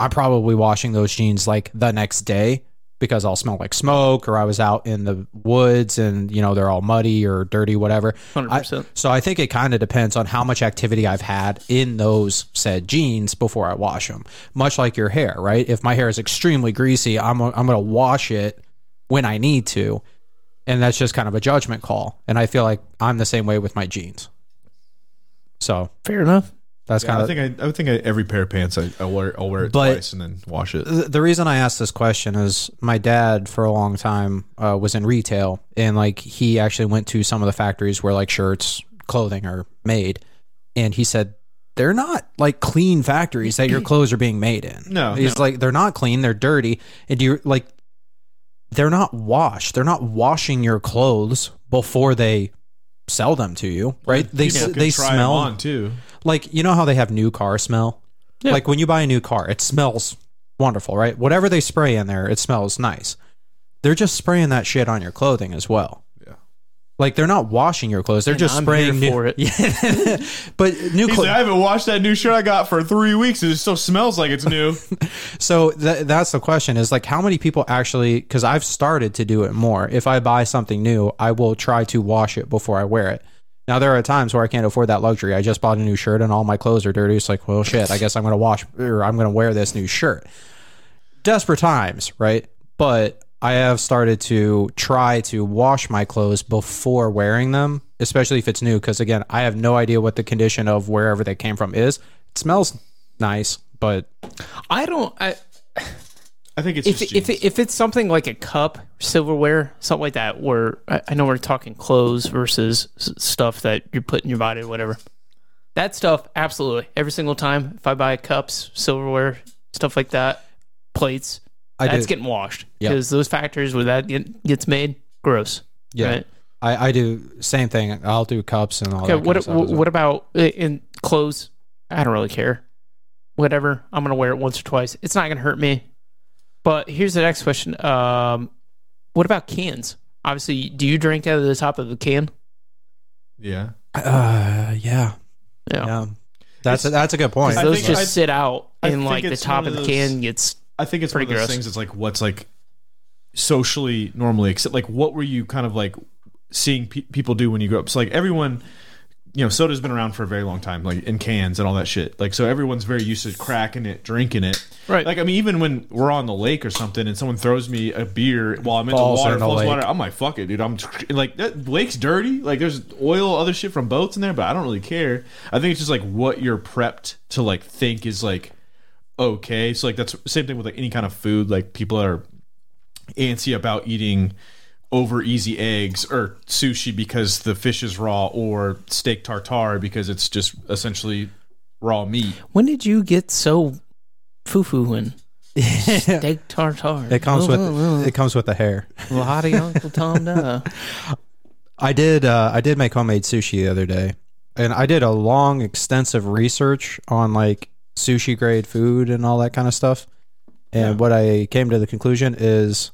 D: I'm probably washing those jeans like the next day because I'll smell like smoke or I was out in the woods and you know they're all muddy or dirty whatever.
E: 100%.
D: I- so I think it kind of depends on how much activity I've had in those said jeans before I wash them. Much like your hair, right? If my hair is extremely greasy, I'm I'm going to wash it when I need to. And that's just kind of a judgment call. And I feel like I'm the same way with my jeans. So
E: Fair enough.
D: that's
C: Yeah,
D: kind
C: I
D: of
C: think I, I would think I, every pair of pants I, I'll wear I'll wear it
D: But-
C: twice and then wash it.
D: th- the reason I asked this question is my dad for a long time uh, was in retail and like he actually went to some of the factories where like shirts, clothing are made, and he said they're not like clean factories that your clothes are being made in.
C: No,
D: he's like they're not clean, they're dirty, and you like they're not washed. They're not washing your clothes before they sell them to you, right? They
C: People
D: s-
C: can
D: they
C: try 'em
D: smell
C: on too.
D: like you know how they have new car smell
E: Yeah.
D: like when you buy a new car it smells wonderful right whatever they spray in there it smells nice they're just spraying that shit on your clothing as well
C: Yeah.
D: like they're not washing your clothes they're just
E: I'm
D: spraying
E: here
D: new-
E: for it.
D: yeah but new
C: He's
D: clothes
C: like, I haven't washed that new shirt I got for three weeks. and It still smells like it's new.
D: so th- that's the question is like how many people actually because i've started to do it more if i buy something new i will try to wash it before i wear it now there are times where i can't afford that luxury i just bought a new shirt and all my clothes are dirty it's like well shit i guess i'm gonna wash or i'm gonna wear this new shirt desperate times right but i have started to try to wash my clothes before wearing them especially if it's new because again i have no idea what the condition of wherever they came from is it smells nice but
E: I don't. I,
C: I think it's
E: if
C: just
E: if
C: jeans.
E: if it's something like a cup, silverware, something like that, where I, I know we're talking clothes versus s- stuff that you put in your body, or whatever. That stuff, absolutely. Every single time, if I buy cups, silverware, stuff like that, plates,
D: I
E: that's
D: do-
E: getting washed
D: Yeah.
E: because those factories where that get- gets made, gross.
D: Yeah.
E: Right?
D: I, I do same thing. I'll do cups and all
E: Okay.
D: that. kind
E: What
D: of stuff
E: what,
D: as well.
E: what about uh, in clothes? I don't really care. Whatever. I'm gonna wear it once or twice. It's not gonna hurt me. But here's the next question. Um, what about cans? Obviously, do you drink out of the top of the can?
C: yeah,
D: Uh, yeah,
E: Yeah.
D: yeah. That's a, that's a good point.
C: I
E: Those
C: think-
E: just
C: I-
E: sit out
C: I
E: in
C: think
E: like the
C: it's
E: top
C: one
E: of
C: of
E: the
C: those-
E: can gets.
C: I think it's one of
E: Pretty
C: those
E: gross.
C: things. It's like what's like socially normally except like what were you kind of like seeing pe- people do when you grow up? So like everyone. You know, soda's been around for a very long time, like in cans and all that shit. Like, so everyone's very used to cracking it, drinking it.
E: Right.
C: Like, I mean, even when we're on the lake or something, and someone throws me a beer while I'm in the
D: Falls
C: water,
D: in the
C: falls in
D: lake.
C: water, I'm like, fuck it, dude. I'm like, that lake's dirty. Like, there's oil, other shit from boats in there, but I don't really care. I think it's just like what you're prepped to like think is like okay. So like that's same thing with like any kind of food. Like people that are antsy about eating over easy eggs or sushi because the fish is raw or steak tartare because it's just essentially raw meat.
E: When did you get so foo foo in? Steak tartare.
D: it comes with it comes with the hair.
E: Lottie Uncle Tom da.
D: I did uh, I did make homemade sushi the other day, and I did a long, extensive research on like sushi grade food and all that kind of stuff. And what I came to the conclusion is,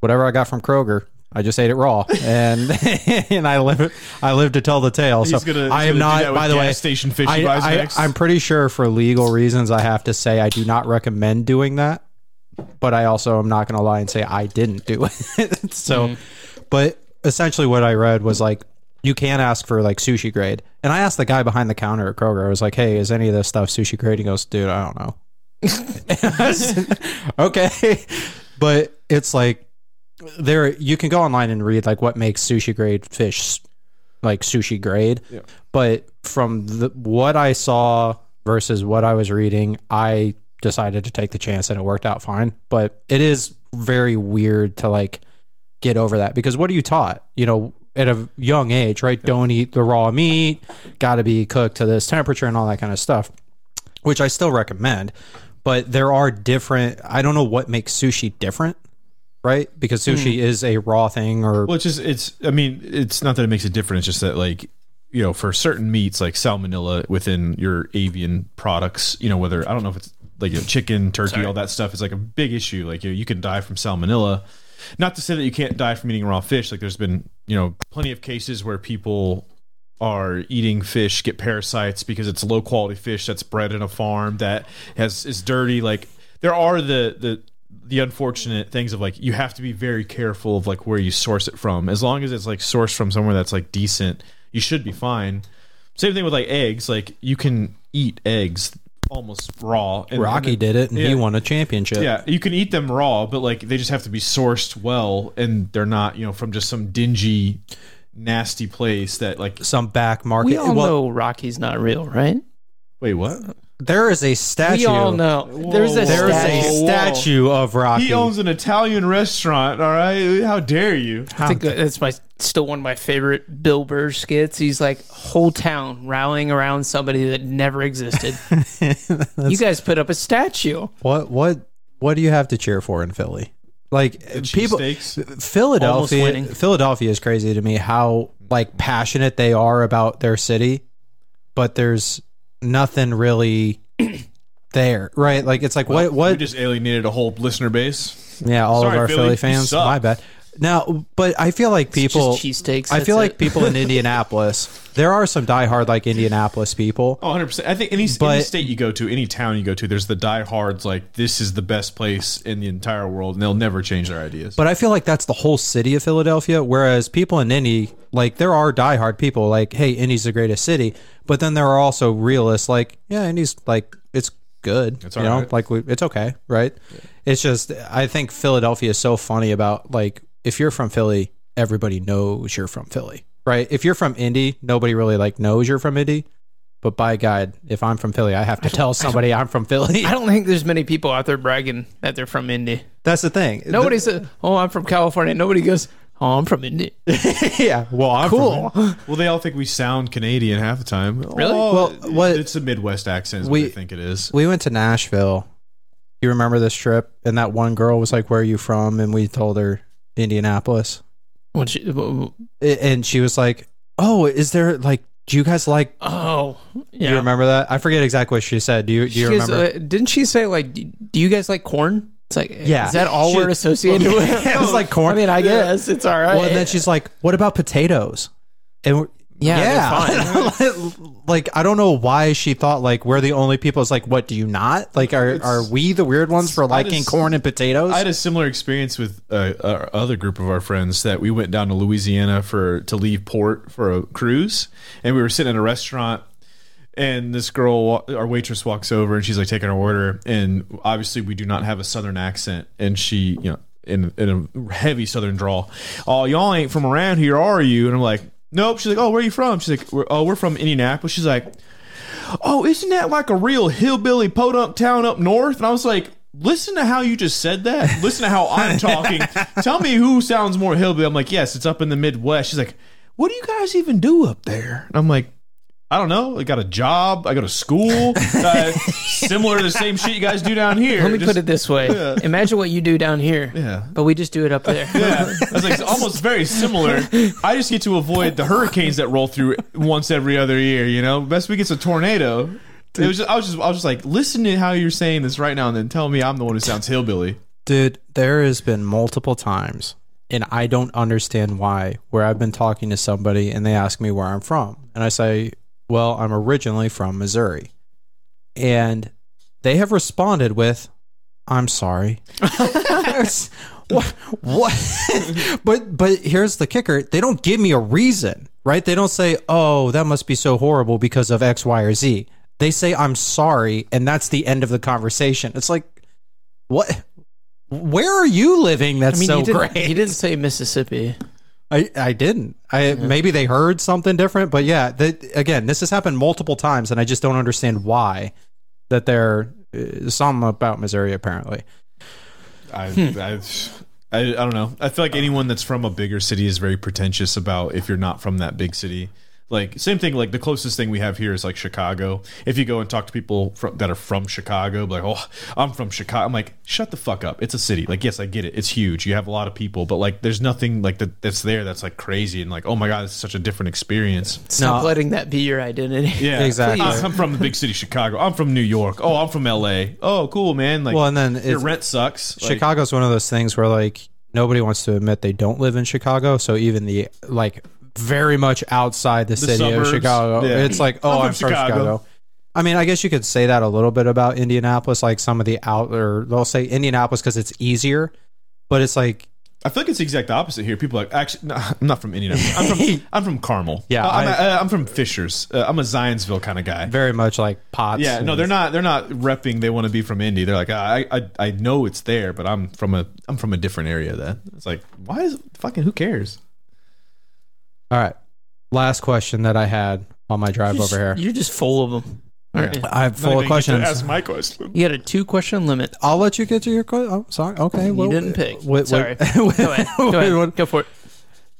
D: whatever I got from Kroger, I just ate it raw, and and I live I live to tell the tale.
C: He's
D: so
C: gonna- he's
D: I am
C: gonna do that
D: not.
C: with
D: By the
C: gas
D: way,
C: station fish he
D: I,
C: buys
D: I-
C: next.
D: I'm pretty sure for legal reasons, I have to say I do not recommend doing that. But I also am not going to lie and say I didn't do it. so,
C: Mm-hmm.
D: but essentially what I read was like, you can ask for like sushi grade. And I asked the guy behind the counter at Kroger, I was like, hey, is any of this stuff sushi grade? He goes, dude, I don't know. And I said, okay. But it's like, there you can go online and read like what makes sushi grade fish like sushi grade but from the, what i saw versus what i was reading i decided to take the chance and it worked out fine but it is very weird to like get over that because what are you taught you know at a young age right don't eat the raw meat got to be cooked to this temperature and all that kind of stuff which i still recommend but there are different i don't know what makes sushi different right because sushi is a raw thing or
C: Hmm. Well, it's just it's. I mean, it's not that it makes a difference. It's just that like you know, for certain meats like salmonella within your avian products, you know, whether I don't know if it's like you know, chicken, turkey, all that stuff is like a big issue. Like you, know, you can die from salmonella. Not to say that you can't die from eating raw fish. Like there's been you know plenty of cases where people are eating fish get parasites because it's low quality fish that's bred in a farm that has is dirty like there are the the the unfortunate things of like you have to be very careful of like where you source it from as long as it's like sourced from somewhere that's like decent you should be fine same thing with like eggs like you can eat eggs almost raw. And,
D: Rocky
C: and
D: did it, and
C: yeah.
D: he won a championship.
C: Yeah, you can eat them raw, but like they just have to be sourced well, and they're not, you know, from just some dingy, nasty place that like.
D: Some back market.
E: We all
D: well,
E: know Rocky's not real, right?
C: Wait, what?
D: there is a statue.
E: We all know. There's a
D: There is a
E: statue.
D: statue of Rocky.
C: He owns an Italian restaurant. All right, how dare you?
E: I think that's my still one of my favorite Bill Burr skits. He's like whole town rallying around somebody that never existed. you guys put up a statue.
D: what what what do you have to cheer for in Philly? Like people,
C: steaks.
D: Philadelphia.
E: winning.
D: Philadelphia is crazy to me how like passionate they are about their city, but there's nothing really there, right? Like it's like what
C: We
D: what
C: just alienated a whole listener base.
D: yeah, all
C: Sorry,
D: of our
C: Philly,
D: Philly,
C: you
D: fans.
C: suck.
D: My bad. Now, but I feel like people
E: Just cheesesteaks.
D: I
E: that's
D: feel
E: it.
D: like people in Indianapolis. There are some diehard like Indianapolis people.
C: Oh, 100%. I think any, any
D: But-
C: state you go to, any town you go to, there's the diehards like, this is the best place in the entire world, and they'll never change their ideas.
D: But I feel like that's the whole city of Philadelphia. Whereas people in Indy, like there are diehard people, like hey, Indy's the greatest city. But then there are also realists, like yeah, Indy's like it's good. It's
C: all
D: you know,
C: right.
D: like we, it's okay, right? It's just I think Philadelphia is so funny about like if you're from Philly, everybody knows you're from Philly, right? If you're from Indy, nobody really like knows you're from Indy. But by God, if I'm from Philly, I have to tell somebody I'm from Philly.
E: I don't think there's many people out there bragging that they're from Indy.
D: That's the thing.
E: Nobody says, "Oh, I'm from California." Nobody goes, "Oh, I'm from Indy." Oh.
D: yeah. Well, I'm from
E: Cool.
C: well, they all think we sound Canadian half the time. Really?
D: Well, what-
C: It's a Midwest accent, is what
D: We-
C: I think it is.
D: we went to Nashville. You remember this trip? And that one girl was like, "Where are you from?" And we told her Indianapolis,
E: When she- w- w-
D: A- and she was like, "Oh, is there like? Do you guys like?
E: oh, yeah.
D: Do you remember that? I forget exactly what she said. Do you? Do you
E: She goes,
D: remember?"
E: uh, didn't she say like, "Do do you guys like corn?" It's like,
D: Yeah.
E: is that all
D: She-
E: we're associated with?
D: it was like corn.
E: I mean, I guess it's all right.
D: well, and then she's like, "What about potatoes?" And we're,
E: Yeah, they're
D: like I don't know why she thought like we're the only people. It's like, what do you not like? Are are we the weird ones for liking
C: just-
D: corn and potatoes?
C: I had a similar experience with uh, our other group of our friends that we went down to Louisiana for to leave port for a cruise, and we were sitting in a restaurant, and this girl, wa- our waitress, walks over and she's like taking our order, and obviously we do not have a southern accent, and she, you know, in in a heavy southern drawl, oh y'all ain't from around here, are you? And I'm like, nope. She's like, oh, where are you from? She's like, we're, oh, we're from Indianapolis. She's like. Oh, isn't that like a real hillbilly podunk town up north? And I was like, listen to how you just said that. Listen to how I'm talking. Tell me who sounds more hillbilly. I'm like, yes, it's up in the Midwest. She's like, what do you guys even do up there? And I'm like, I don't know. I got a job. I go to school. Uh, similar to the same shit you guys do down here.
E: Let me put it this way: Imagine what you do down here,
C: Yeah.
E: but we just do it up there.
C: Yeah, I was like, it's almost very similar. I just get to avoid the hurricanes that roll through once every other year. You know, best we gets a tornado. It was just, I was just, I was just like, listen to how you're saying this right now, and then tell me I'm the one who sounds hillbilly.
D: Dude, there has been multiple times, and I don't understand why, where I've been talking to somebody and they ask me where I'm from. And I say, Well, I'm originally from Missouri. And they have responded with, I'm sorry. It's- what? what? but but here's the kicker: they don't give me a reason, right? They don't say, "Oh, that must be so horrible because of X, Y, or Z." They say, "I'm sorry," and that's the end of the conversation. It's like, what? Where are you living? That's
E: I mean,
D: so
E: he, didn't,
D: great.
E: he didn't say Mississippi.
D: I, I didn't. I maybe they heard something different, but yeah. That again, this has happened multiple times, and I just don't understand why that they're uh, something about Missouri apparently.
C: I,
D: Hmm.
C: I, I, I don't know. I feel like anyone that's from a bigger city is very pretentious about if you're not from that big city. Like same thing. Like the closest thing we have here is like Chicago. If you go and talk to people from, that are from Chicago, be like, oh, I'm from Chicago. I'm like, shut the fuck up. It's a city. Like, yes, I get it. It's huge. You have a lot of people, but like, there's nothing like that that's there that's like crazy and like, oh my god, it's such a different experience.
E: Stop
D: No.
E: letting that be your identity.
C: Yeah,
D: Exactly.
C: I'm I'm from the big city, Chicago. I'm from New York. Oh, I'm from L.A. Oh, cool, man. Like,
D: Well, and then
C: your
D: it's-
C: rent sucks. Like,
D: Chicago's one of those things where like nobody wants to admit they don't live in Chicago. So even the like very much outside the, city
C: suburbs.
D: of Chicago,
C: Yeah.
D: it's like oh I'm,
C: from
D: from
C: Chicago.
D: Chicago. I mean, I guess you could say that a little bit about Indianapolis, like some of the out or they'll say Indianapolis because it's easier, but it's like
C: I feel like it's the exact opposite here. People are like actually, no, I'm not from Indianapolis. I'm from I'm from Carmel.
D: Yeah,
C: Uh, I'm,
D: I-
C: uh, I'm from Fishers. Uh, I'm a Zionsville kind of guy.
D: Very much like pots.
C: Yeah, no,
D: and-
C: they're not. They're not repping. They want to be from Indy. They're like, I, I, I know it's there, but I'm from a, I'm from a different area. Then it's like, why is fucking who cares?
D: All right. Last question that I had on my drive over here.
E: You're just full of them. All right.
D: I'm full of questions.
C: my question.
E: You had a two question limit.
D: I'll let you get to your question. Oh, sorry. Okay.
E: You didn't pick.
D: wait,
E: Sorry.
D: wait,
E: Go ahead. Go,
D: wait,
E: ahead.
D: wait.
E: Go for it.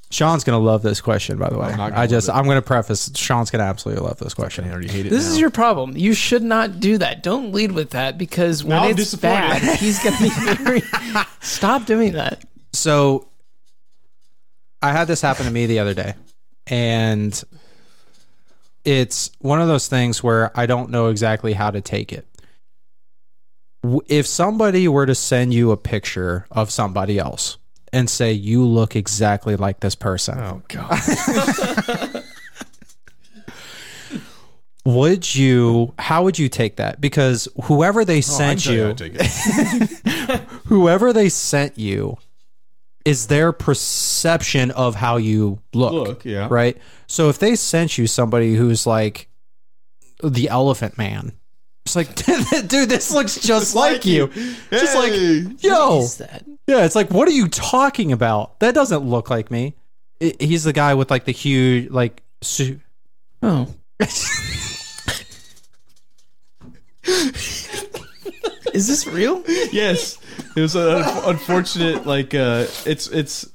D: Sean's gonna love this question, by the way.
C: not gonna
D: I just
C: love
D: I'm gonna preface. Sean's gonna absolutely love this
C: I
D: question.
C: already hate it.
E: This is
C: now.
E: your problem. You should not do that. Don't lead with that because when
C: Now I'm
E: it's
C: disappointed.
E: bad, he's gonna be very. Stop doing that.
D: So, I had this happen to me the other day, and it's one of those things where I don't know exactly how to take it. W- If somebody were to send you a picture of somebody else and say you look exactly like this person,
C: Oh god.
D: would you? How would you take that? Because whoever they
C: I'm
D: sent
C: telling
D: you,
C: Oh, I take it.
D: whoever they sent you is their perception of how you look,
C: Look, yeah.
D: right so if they sent you somebody who's like the elephant man it's like dude this looks just, like, you, just like
C: Hey.
D: yo
E: Is that?
D: yeah it's like what are you talking about that doesn't look like me I- he's the guy with like the huge like su-
E: Oh, is this real?
C: yes, it was an un- unfortunate. Like, uh, it's it's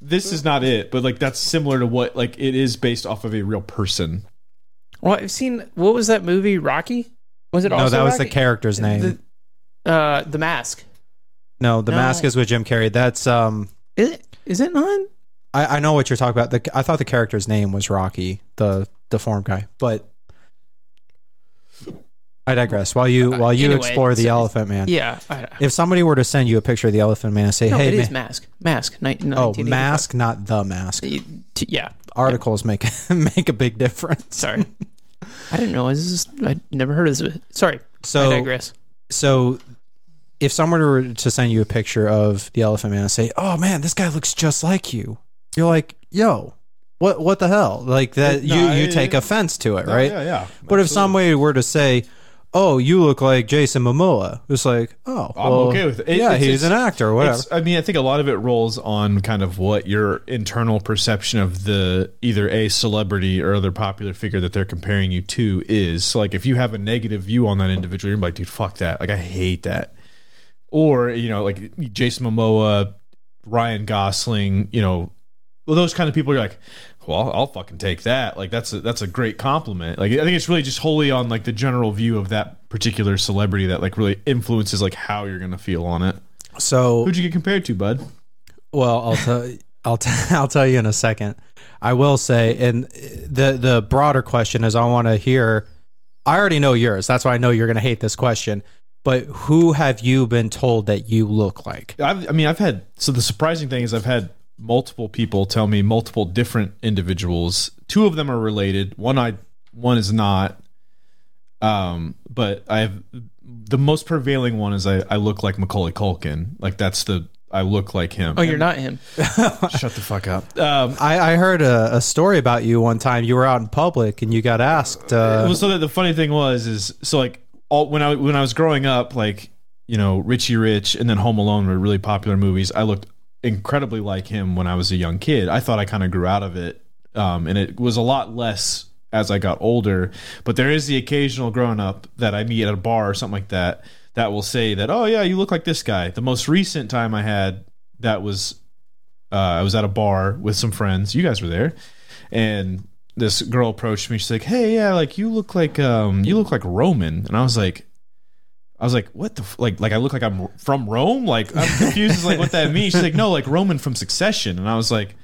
C: this is not it, but like that's similar to what like it is based off of a real person.
E: Well, I've seen. What was that movie? Rocky. Was it?
D: no
E: also
D: that was the
E: Rocky?
D: character's name
E: The, uh, the mask.
D: no the
E: No.
D: mask is with jim carrey that's um
E: Is it? Is it not?
D: I, I know what you're talking about. The, I thought the character's name was Rocky, the deformed guy. But I digress. While you while you
E: Uh, anyway,
D: explore the
E: so-
D: Elephant Man,
E: Yeah. I, I-
D: if somebody were to send you a picture of the Elephant Man and say,
E: no,
D: "Hey,
E: it is
D: man,
E: mask. Mask. Ni-
D: oh,
E: 1985.
D: mask, not the mask."
E: You- t- Yeah.
D: Articles make make a big difference.
E: Sorry. I didn't realize this. Is, I never heard of this. Sorry.
D: So
E: I digress.
D: so if someone were to send you a picture of the elephant man and say, "Oh man, this guy looks just like you," you're like, "Yo, what what the hell?" Like that,
C: No,
D: you
C: I-
D: you take offense to it, right?
C: yeah, yeah,
D: But if somebody were to say, "Oh, you look like Jason Momoa," it's like, "Oh,
C: I'm
D: well,
C: okay with it. It-
D: yeah,
C: it's- it's-
D: he's an actor, or whatever."
C: It's, I mean, I think a lot of it rolls on kind of what your internal perception of the either a celebrity or other popular figure that they're comparing you to is. So, like, if you have a negative view on that individual, you're like, dude, fuck that. Like, I hate that. Or you know, like Jason Momoa, Ryan Gosling, you know, well, those kind of people, you're like, well, I'll, I'll fucking take that. Like, that's a, that's a great compliment. Like, I think it's really just wholly on like the general view of that particular celebrity that like really influences like how you're gonna feel on it.
D: So,
C: Who'd you get compared to, bud?
D: well, I'll tell I'll t- I'll tell you in a second. I will say, and the the broader question is, I want to hear. I already know yours. That's why I know you're going to hate this question. But who have you been told that you look like?
C: I've, I mean, I've had so the surprising thing is I've had multiple people tell me multiple different individuals. Two of them are related. One I one is not. Um, but I've the most prevailing one is I, I look like Macaulay Culkin. Like that's the I look like him.
D: um,
E: Oh, you're not him.
C: Shut the fuck up. Um,
D: I, I heard a, a story about you one time. You were out in public and you got asked. Uh,
C: well, so the, the funny thing was is so like all when I when I was growing up, like you know Richie Rich and then Home Alone were really popular movies. I looked incredibly like him when I was a young kid. I thought I kind of grew out of it, um, and it was a lot less as I got older. But there is the occasional grown up that I meet at a bar or something like that that will say that, oh yeah, you look like this guy. The most recent time I had that was uh, I was at a bar with some friends. You guys were there, and this girl approached me. She's like, "Hey, yeah, like you look like um, you look like Roman," and I was like. I was like, "What the f-? like? Like I look like I'm from Rome? Like I'm confused as like what that means." She's like, "No, like Roman from Succession," and I was like,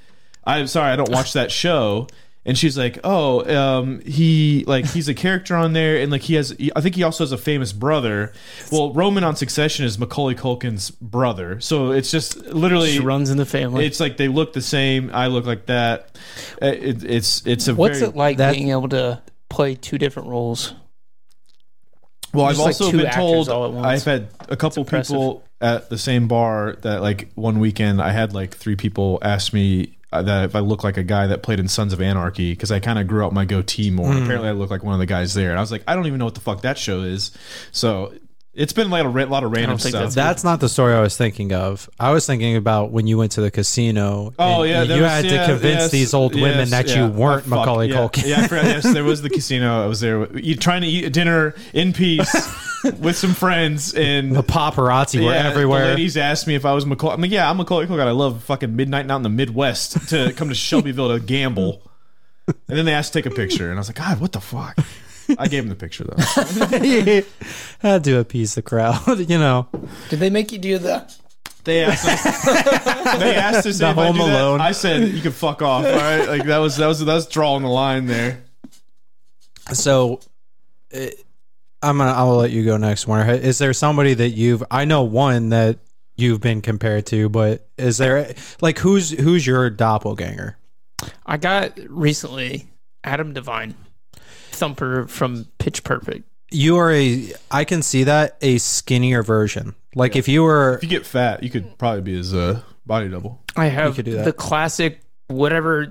C: "I'm sorry, I don't watch that show." And she's like, "Oh, um, he like he's a character on there, and like he has, he- I think he also has a famous brother. Well, Roman on Succession is Macaulay Culkin's brother, so it's just literally
E: She runs in the family.
C: it's like they look the same. I look like that. Uh, It, it's it's a
E: What's
C: very,
E: it like
D: that-
E: being able to play two different roles?
C: Well, I've
E: Just like
C: also
E: two
C: been
E: actors
C: told
E: all at once.
C: I've had a couple
E: impressive.
C: people at the same bar that like one weekend I had like three people ask me uh, that if I look like a guy that played in Sons of Anarchy because I kind of grew out my goatee more.
E: Hmm.
C: Apparently, I look like one of the guys there, and I was like, I don't even know what the fuck that show is. So it's been like a ra- lot of random
E: think
C: stuff.
E: that's-
D: That's not the story I was thinking of. I was thinking about when you went to the casino.
C: Oh
D: and
C: yeah, there
D: you
C: was-
D: had
C: yeah,
D: to convince
C: yes,
D: these old women
C: yes,
D: that
C: yeah.
D: you weren't
C: Oh, fuck,
D: Macaulay
C: yeah.
D: Culkin.
C: Yeah, I forgot. Yes, there was the casino. I was there. You trying to eat dinner in peace with some friends, and
D: The paparazzi were
C: Yeah, The
D: everywhere.
C: ladies asked me if I was Macaulay. I'm like, yeah, I'm Macaulay Culkin. I love fucking midnight out in the Midwest to come to Shelbyville to gamble. And then they asked to take a picture, and I was like, God, what the fuck? I gave them the picture though.
D: had to appease the crowd, you know.
E: Did they make you do that?
C: They asked us. they asked us. The
D: Home Alone.
C: I said, you can fuck off. All right, like that was that was that was drawing the line there.
D: So, it, I'm gonna. I'll let you go next, Warner. Is there somebody that you've? I know one that you've been compared to, but is there like who's who's your doppelganger?
E: I got recently Adam Devine, Thumper from Pitch Perfect.
D: You are a. I can see that a skinnier version. Like if you were
C: If you get fat, you could probably be his uh, body double.
E: I have
D: could do that.
E: the classic whatever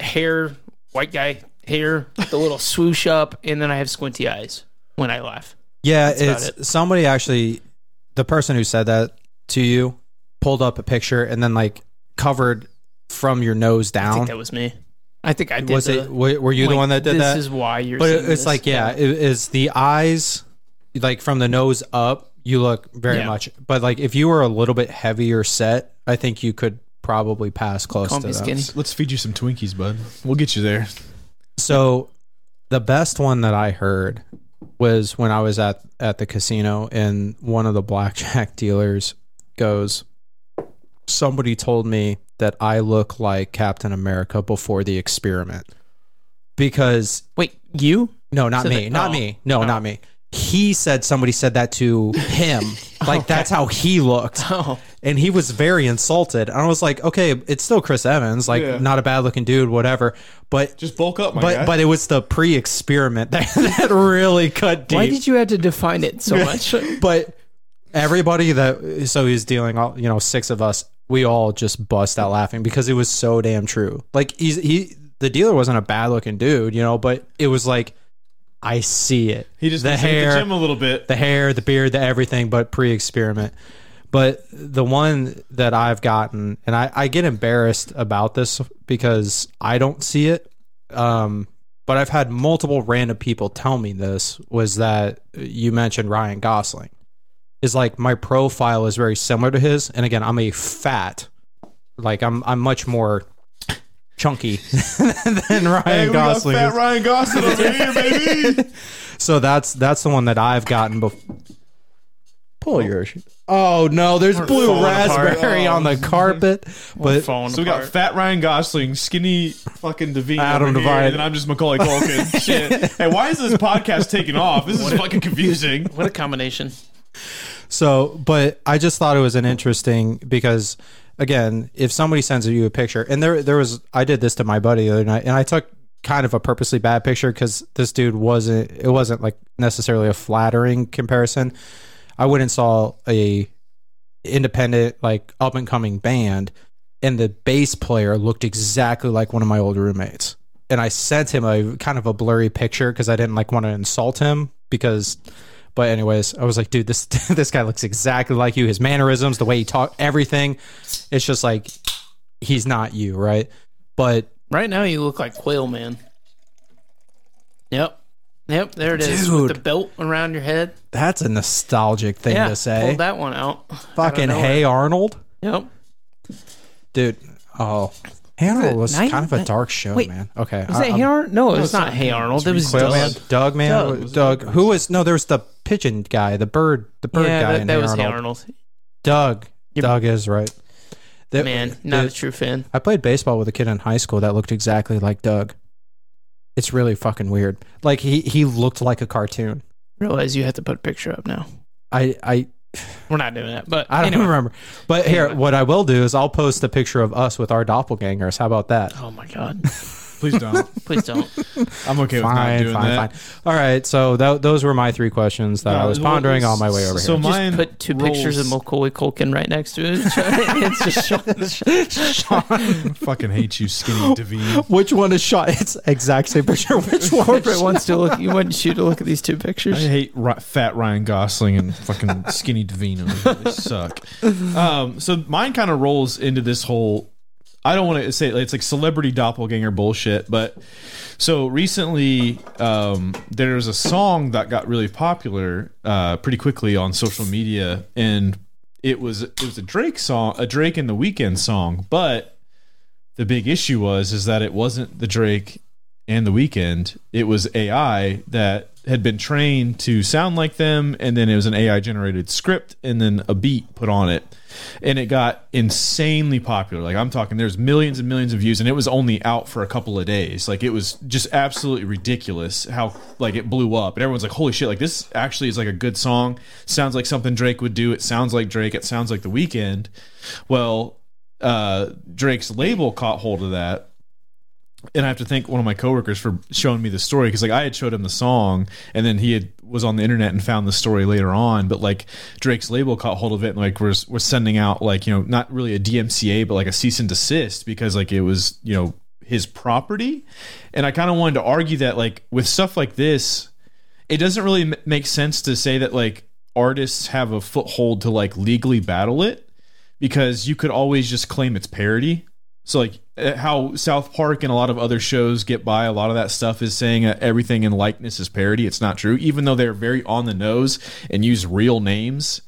E: hair, white guy hair, the little swoosh up, and then I have squinty eyes when I laugh.
D: Yeah,
E: about
D: it's somebody actually the person who said that to you pulled up a picture and then like covered from your nose
E: I think
D: down.
E: that was me. I think I did.
D: Was
E: the,
D: it wa- were you the
E: like,
D: one that did
E: this
D: that?
E: is why you're.
D: but it-
E: seeing
D: it's
E: this.
D: like yeah, it is the eyes like from the nose up, you look very
E: Yeah.
D: much. But like if you were a little bit heavier set, I think you could probably pass close
E: Call
D: to
E: me
D: them.
E: skinny.
C: Let's feed you some Twinkies, bud. We'll get you there.
D: So the best one that I heard was when I was at at the casino and one of the blackjack dealers goes somebody told me that I look like Captain America before the experiment. Because
E: Wait, you?
D: no, not
E: So
D: me.
E: they-
D: not
E: oh.
D: me. No, not me. He said somebody said that to him. Like that's how he looked.
E: Oh,
D: And he was very insulted. And I was like, okay, it's still Chris Evans, like
C: Yeah.
D: not a bad looking dude, whatever. But
C: Just bulk up, my
D: but
C: guy.
D: but it was the pre-experiment that, that really cut deep.
E: why did you have to define it so much?
D: but everybody that so he's dealing all you know six of us, we all just bust out laughing because it was so damn true. Like he's he the dealer wasn't a bad looking dude, you know, but it was like I see it.
C: he just
D: the
C: needs to hit the
D: hair,
C: gym a little bit.
D: the hair, the beard, the everything, but pre-experiment. But the one that I've gotten, and I, I get embarrassed about this because I don't see it. Um, but I've had multiple random people tell me this was that you mentioned Ryan Gosling. Is like my profile is very similar to his, and again, I'm a fat, like I'm I'm much more chunky than Ryan
C: Hey, we got
D: Gosling.
C: fat
D: is.
C: Ryan Gosling over here, baby.
D: So that's that's the one that I've gotten before. Pull yours. Oh no, there's blue
C: falling apart.
D: raspberry
C: Oh.
D: on the carpet. But
E: Falling
C: So we got
E: apart.
C: fat Ryan Gosling, skinny fucking Devine,
D: Adam
C: Adam Devine,
D: Devine.
C: and then I'm just Macaulay Culkin. Shit. Hey, why is this podcast taking off? This is fucking confusing.
E: what a combination.
D: so, but I just thought it was an interesting because again, if somebody sends you a picture, and there there was I did this to my buddy the other night, and I took kind of a purposely bad picture because this dude wasn't it wasn't like necessarily a flattering comparison. I went and saw a independent like up and coming band and the bass player looked exactly like one of my old roommates and i sent him a kind of a blurry picture because i didn't like want to insult him because but anyways i was like dude this this guy looks exactly like you his mannerisms the way he talk everything it's just like he's not you right but
E: Right now, you look like Quail Man. Yep. Yep, there it is. With the
D: Dude.
E: belt around your head.
D: that's a nostalgic thing
E: Yeah,
D: to say
E: pulled that one out.
D: fucking hey arnold
E: Yep.
D: dude oh hey arnold was
E: Nine-
D: kind of a dark show
E: Wait,
D: man okay
E: Was that Hey Arnold? No, it was not Hey Arnold. It was
D: Quail Man,
E: Doug.
D: Doug man,
E: Doug.
D: Doug. Who was no? There was the pigeon guy, the bird, the bird
E: yeah,
D: guy.
E: that,
D: in
E: that
D: Hey
E: was Hey
D: Arnold.
E: Arnold.
D: Doug. Doug is right. That-
E: Man, not
D: that-
E: a true fan.
D: I played baseball with a kid in high school that looked exactly like Doug. It's really fucking weird. Like he he looked like a cartoon.
E: Realize you have to put a picture up now.
D: I I
E: We're not doing that, but
D: I don't
E: anyway.
D: remember. But here,
E: Anyway.
D: what I will do is I'll post a picture of us with our doppelgangers. How about that?
E: Oh my god.
C: Please don't.
E: Please don't.
C: I'm okay with not
D: Fine,
C: doing
D: fine,
C: that.
D: fine. All right, so tho- those were my three questions that I
C: No,
D: was
C: well,
D: pondering on my way over
C: so
D: here.
E: Just
C: Mine
E: put two pictures of
C: rolls.
E: McCoy Culkin right next to it. it's just
C: Fucking hate you, skinny Devine.
D: Which one is shot? It's exact same picture. Which one?
E: corporate wants to look. You want you to look at these two
C: I
E: pictures.
C: hate ri- fat Ryan Gosling and fucking skinny Davino. They suck. Um, so mine kind of rolls into this whole. I don't want to say it's like celebrity doppelganger bullshit, but so recently um, there's a song that got really popular uh, pretty quickly on social media, and it was it was a Drake song, a Drake and the Weekend song, but the big issue was is that it wasn't the Drake and the weekend it was ai that had been trained to sound like them and then it was an ai generated script and then a beat put on it and it got insanely popular like i'm talking there's millions and millions of views and it was only out for a couple of days like it was just absolutely ridiculous how like it blew up and everyone's like holy shit like this actually is like a good song sounds like something drake would do it sounds like drake it sounds like the weekend well uh drake's label caught hold of that and I have to thank one of my coworkers for showing me the story because like I had showed him the song and then he had was on the internet and found the story later on. But like Drake's label caught hold of it and like was was sending out like you know not really a DMCA but like a cease and desist because like it was you know his property. And I kind of wanted to argue that like with stuff like this, it doesn't really m- make sense to say that like artists have a foothold to like legally battle it because you could always just claim it's parody. So like uh, how South Park and a lot of other shows get by, a lot of that stuff is saying uh, everything in likeness is parody. It's not true, even though they're very on the nose and use real names.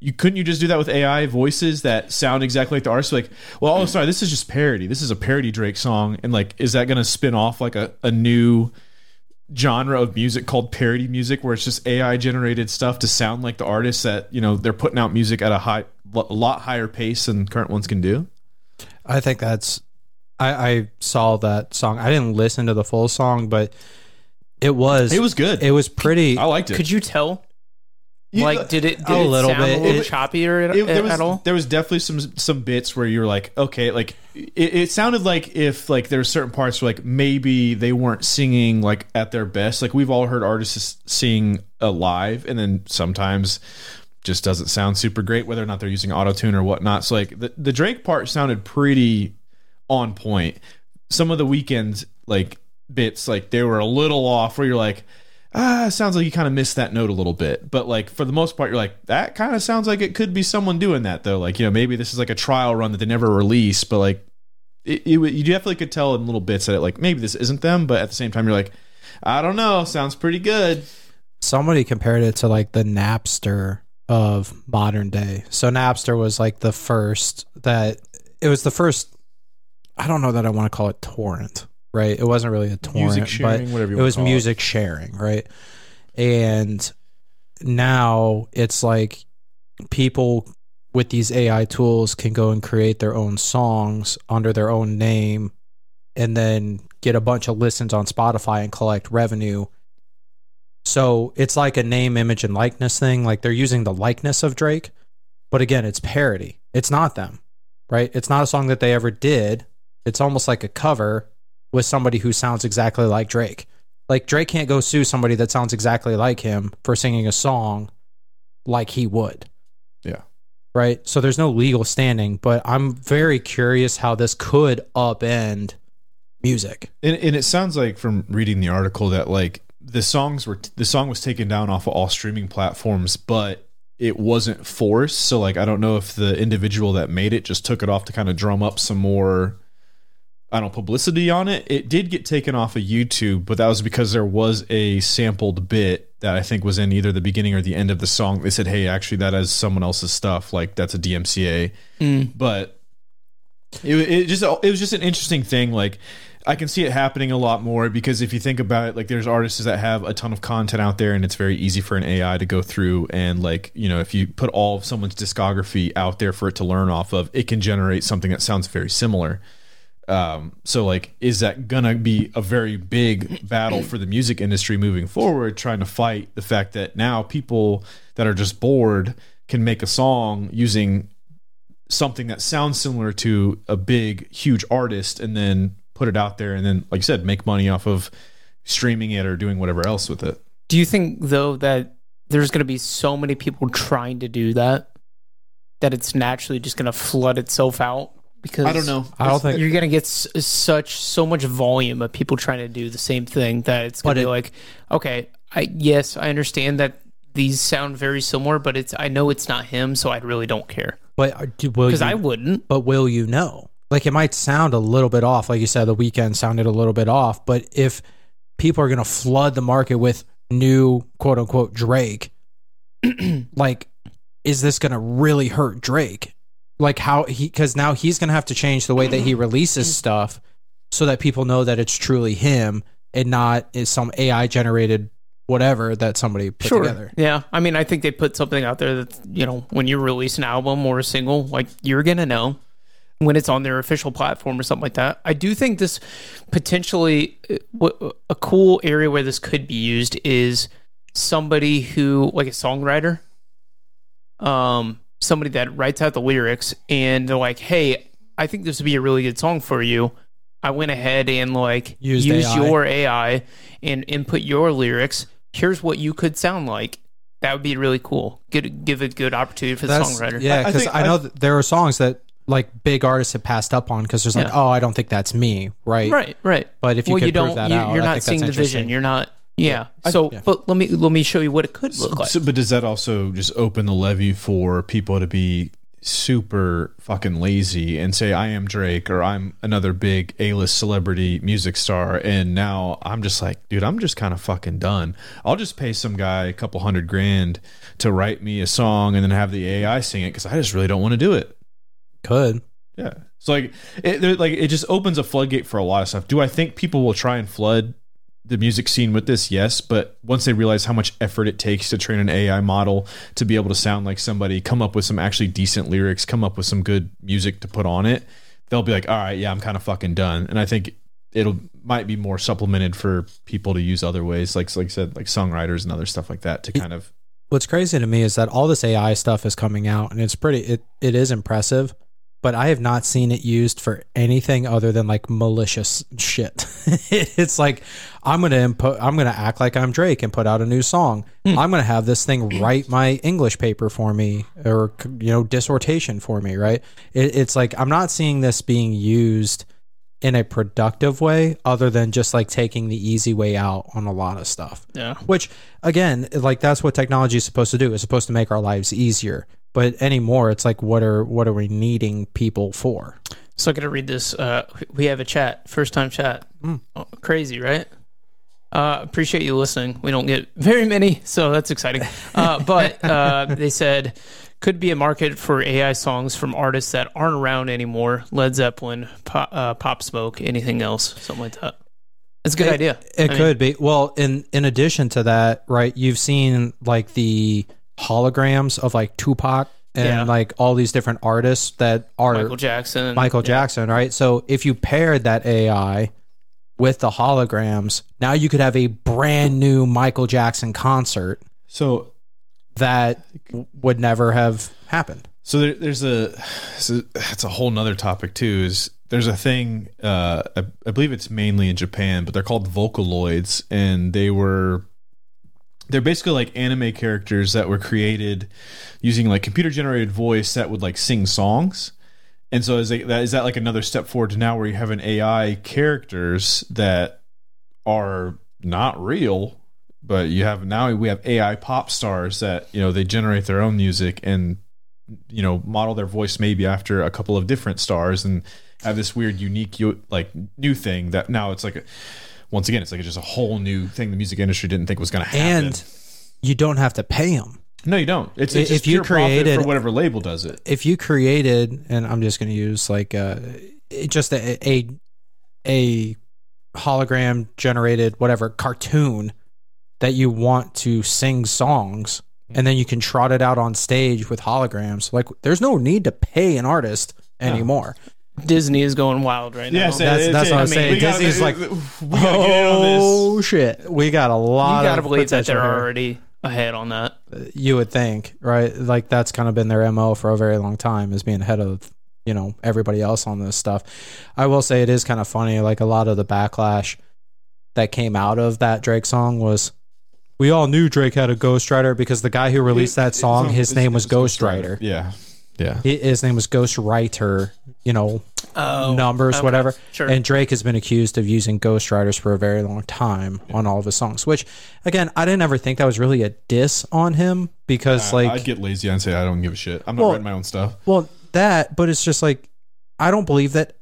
C: You couldn't you just do that with AI voices that sound exactly like the artist? Like, well, oh, sorry, this is just parody. This is a parody Drake song, and like, is that going to spin off like a, a new genre of music called parody music where it's just AI generated stuff to sound like the artists that, you know, they're putting out music at a high lo- lot higher pace than current ones can do.
D: I think that's. I, I saw that song. I didn't listen to the full song, but it was
C: It was good.
D: it was pretty.
C: I liked it.
E: Could you tell? like, did it? Did
D: a
E: it
D: little
E: sound
D: bit.
E: a little
D: It-
E: choppier at,
C: It- there was,
E: at all?
C: There was definitely some some bits where you were like, okay, like it, it sounded like if like there were certain parts where like maybe they weren't singing like at their best. Like we've all heard artists sing alive, and then sometimes just doesn't sound super great, whether or not they're using auto tune or whatnot. So like the, the Drake part sounded pretty on point. Some of the weekend like bits, like they were a little off where you're like, ah, sounds like you kind of missed that note a little bit. But like for the most part, you're like, that kind of sounds like it could be someone doing that though. Like, you know, maybe this is like a trial run that they never release, but like it, it, you definitely could tell in little bits that it, like maybe this isn't them, but at the same time, you're like, I don't know, sounds pretty good.
D: somebody compared it to like the Napster of modern day. So Napster was like the first that it was the first. I don't know that I want to call it torrent, right? It wasn't really a torrent,
C: Music sharing,
D: but
C: whatever you
D: it
C: wanna
D: was
C: call it.
D: music sharing, right? And now it's like people with these AI tools can go and create their own songs under their own name and then get a bunch of listens on Spotify and collect revenue. So it's like a name, image, and likeness thing. Like they're using the likeness of Drake, but again, it's parody. It's not them, right? It's not a song that they ever did. It's almost like a cover with somebody who sounds exactly like Drake. Like Drake can't go sue somebody that sounds exactly like him for singing a song like he would.
C: Yeah.
D: Right? So there's no legal standing, but I'm very curious how this could upend music.
C: And, and it sounds like from reading the article that like the songs were the song was taken down off of all streaming platforms, but it wasn't forced. So like I don't know if the individual that made it just took it off to kind of drum up some more I don't know, publicity on it. It did get taken off of YouTube, but that was because there was a sampled bit that I think was in either the beginning or the end of the song. They said, "Hey, actually, that is someone else's stuff. Like that's a DMCA." But it, it just it was just an interesting thing. Like I can see it happening a lot more because if you think about it, like there's artists that have a ton of content out there, and it's very easy for an AI to go through and like you know if you put all of someone's discography out there for it to learn off of, it can generate something that sounds very similar. Um, so like, is that gonna be a very big battle for the music industry moving forward, trying to fight the fact that now people that are just bored can make a song using something that sounds similar to a big, huge artist and then put it out there, and then, like you said, make money off of streaming it or doing whatever else with it.
E: Do you think though that there's going to be so many people trying to do that that it's naturally just going to flood itself out? Because
D: I don't think-
E: You're gonna get s- such so much volume of people trying to do the same thing that it's gonna
D: But
E: be
D: it-
E: like, okay, I yes, I understand that these sound very similar, but it's I know it's not him, so I really don't care
D: But are- do- will
E: because
D: you,
E: I wouldn't.
D: but will you know? Like it might sound a little bit off, like you said, the weekend sounded a little bit off. But if people are going to flood the market with new quote unquote Drake, like, is this going to really hurt Drake? Like how he because now he's going to have to change the way that he releases stuff so that people know that it's truly him and not is some AI generated whatever that somebody put together.
E: Yeah. I mean, I think they put something out there that, you know, when you release an album or a single, like you're going to know when it's on their official platform or something like that. I do think this potentially uh, wh- a cool area where this could be used is somebody who like a songwriter um somebody that writes out the lyrics and they're like, "Hey, I think this would be a really good song for you." I went ahead and like
D: Used
E: use
D: AI.
E: your AI and input your lyrics. Here's what you could sound like. That would be really cool. Good, give a good opportunity for the songwriter.
D: Yeah,
C: I- I
D: because
C: think-
D: I,
C: I-
D: know that there are songs that like big artists have passed up on because there's like,
E: Yeah.
D: oh, I don't think that's me, right?
E: right, right.
D: But if you could prove that
E: you,
D: out,
E: you're
D: I
E: not
D: think that's
E: seeing the vision.
D: interesting.
E: You're not. Yeah. So, but let me let me show you what it could look like.
C: So, but does that also just open the levy for people to be super fucking lazy and say, I am Drake or I'm another big A list celebrity music star? And now I'm just like, dude, I'm just kind of fucking done. I'll just pay some guy a couple hundred grand to write me a song and then have the AI sing it because I just really don't want to do it.
D: Could.
C: Yeah. So like it there- like it just opens a floodgate for a lot of stuff. Do I think people will try and flood the music scene with this? Yes, but once they realize how much effort it takes to train an AI model to be able to sound like somebody, come up with some actually decent lyrics, come up with some good music to put on it, they'll be like, "All right, yeah, I'm kind of fucking done." And I think it'll might be more supplemented for people to use other ways like like I said like songwriters and other stuff like that to kind of
D: What's crazy to me is that all this AI stuff is coming out, and it's pretty. It it is impressive, but I have not seen it used for anything other than like malicious shit. It- it's like I'm gonna input. I'm gonna act like I'm Drake and put out a new song. I'm gonna have this thing write my English paper for me, or you know, dissertation for me. Right? It, it's like I'm not seeing this being used in a productive way other than just like taking the easy way out on a lot of stuff
E: Yeah.
D: which again like that's what technology is supposed to do it's supposed to make our lives easier but anymore it's like what are what are we needing people for
E: So I'm gonna read this. Uh, we have a chat, first time chat.
D: Hmm.
E: Oh, crazy, right? Uh, appreciate you listening. We don't get very many, so that's exciting. Uh, but uh, they said could be a market for AI songs from artists that aren't around anymore: Led Zeppelin, pop, uh, Pop Smoke, anything else, something like that. That's a good
D: It-
E: idea.
D: it
E: I mean,
D: could be well in in addition to that right you've seen like the holograms of like tupac and
E: Yeah.
D: like all these different artists that are
E: Michael Jackson.
D: Michael Jackson, right? So if you paired that AI with the holograms, now you could have a brand new Michael Jackson concert
C: so
D: that w- would never have happened.
C: So there, there's a so that's a whole nother topic too. Is there's a thing uh, I, I believe it's mainly in Japan, but they're called Vocaloids, and they were they're basically like anime characters that were created using like computer generated voice that would like sing songs. And so is they, that is that like another step forward to now where you have an AI characters that are not real, but you have now we have AI pop stars that you know they generate their own music and you know model their voice maybe after a couple of different stars and have this weird unique u- like new thing that now it's like a, once again it's like just a whole new thing the music industry didn't think was going to happen
D: And you don't have to pay them.
C: no, you don't. It's, it's
D: If
C: just
D: you
C: pure profit
D: created-
C: for whatever label does it.
D: If you created, and I'm just going to use like uh, it- just a, a a hologram generated whatever cartoon that you want to sing songs and then you can trot it out on stage with holograms like there's no need to pay an artist anymore
E: Disney is going wild right now.
D: That's- that's what I was saying. Disney's like,
C: we gotta get in on this.
D: Oh, shit we got a lot
E: you gotta
D: of
E: believe that
D: potential
E: they're
D: here.
E: already ahead on that.
D: you would think, right? Like that's kind of been their MO for a very long time is being ahead of you know everybody else on this stuff. I will say it is kind of funny. Like a lot of the backlash that came out of that Drake song was. We all knew Drake had a ghostwriter because the guy who released that song,
C: It's-
D: his
C: it's-
D: name was
C: it's
D: Ghostwriter.
C: Yeah, yeah.
D: Hi- his name was Ghostwriter, you know, numbers,
E: Oh, okay.
D: whatever.
E: Sure.
D: And Drake has been accused of using ghostwriters for a very long time on all of his songs, which, again, I didn't ever think that was really a diss on him because,
C: I-
D: like,
C: I'd get lazy and say I don't give a shit. I'm not
D: Well-
C: writing my own stuff.
D: well, that, but it's just like, I don't believe that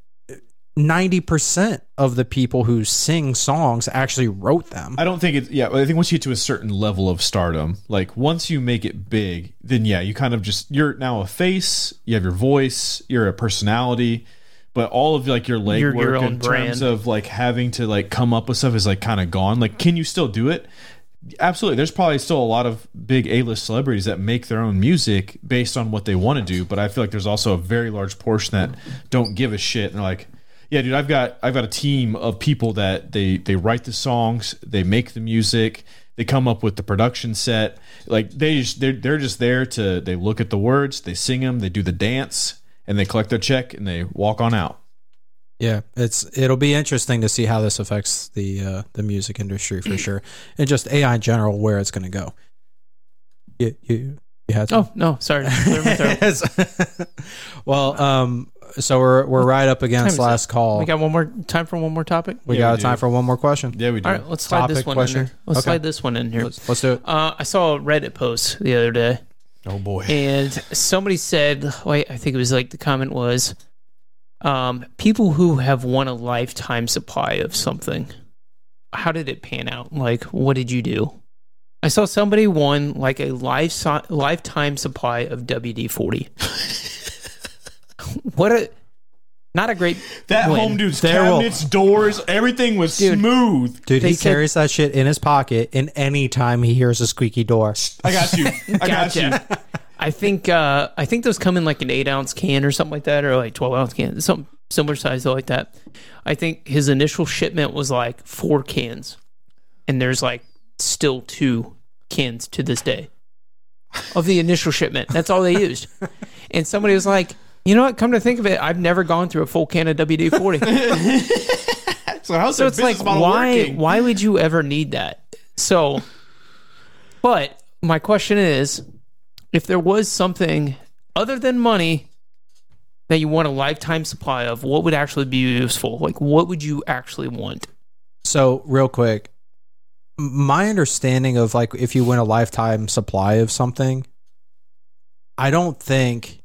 D: 90% of the people who sing songs actually wrote them.
C: I don't think it's yeah. I think once you get to a certain level of stardom, like once you make it big, then yeah, you kind of just you're now a face. You have your voice. You're a personality. But all of like your legwork
E: You're your own
C: in terms
E: brand.
C: of like having to like come up with stuff is like kind of gone. Like, can you still do it? Absolutely. There's probably still a lot of big A-list celebrities that make their own music based on what they want to do, but I feel like there's also a very large portion that don't give a shit and they're like, "Yeah, dude, I've got I've got a team of people that they they write the songs, they make the music, they come up with the production set. Like they just they're, they're just there to they look at the words, they sing them, they do the dance, and they collect their check and they walk on out."
D: Yeah, it's it'll be interesting to see how this affects the uh, the music industry for sure, and just AI in general, where it's going to go. You you you had
E: Oh no, sorry. Clear my throat.
D: Yes. well, um, so we're we're right up
E: time
D: against
E: is
D: last call.
E: we got one more time for one more topic.
D: We
C: Yeah,
D: got
C: we do.
D: time for one more question.
C: Yeah, we do.
E: All right, let's slide this
D: Topic
E: one
D: question?
E: in here. Let's
D: Okay.
E: slide this one in here.
D: Let's, let's do it.
E: Uh, I saw a Reddit post the other day,
C: Oh boy.
E: and somebody said, "Wait, I think it was like the comment was, um, people who have won a lifetime supply of something. How did it pan out? Like, what did you do?" I saw somebody won like a life si- lifetime supply of WD forty. what a not a great
C: That
E: win.
C: home dude's
D: There will-
C: cabinets, doors, everything was
E: Dude.
C: smooth.
D: Dude,
E: they
D: he
E: said-
D: carries that shit in his pocket, and any time he hears a squeaky door,
C: I got you. I got you.
E: Gotcha. I think uh, I think those come in like an eight ounce can or something like that, or like twelve ounce can, some similar size like that. I think his initial shipment was like four cans, and there's like still two cans to this day of the initial shipment. That's all they used, and somebody was like. You know what? Come to think of it, I've never gone through a full can of WD forty.
C: So how's
E: so it's like, why? Why would you ever need that? So, but my question is, if there was something other than money that you want a lifetime supply of, what would actually be useful? Like, what would you actually want?
D: So, real quick, m- my understanding of like if you win a lifetime supply of something, I don't think,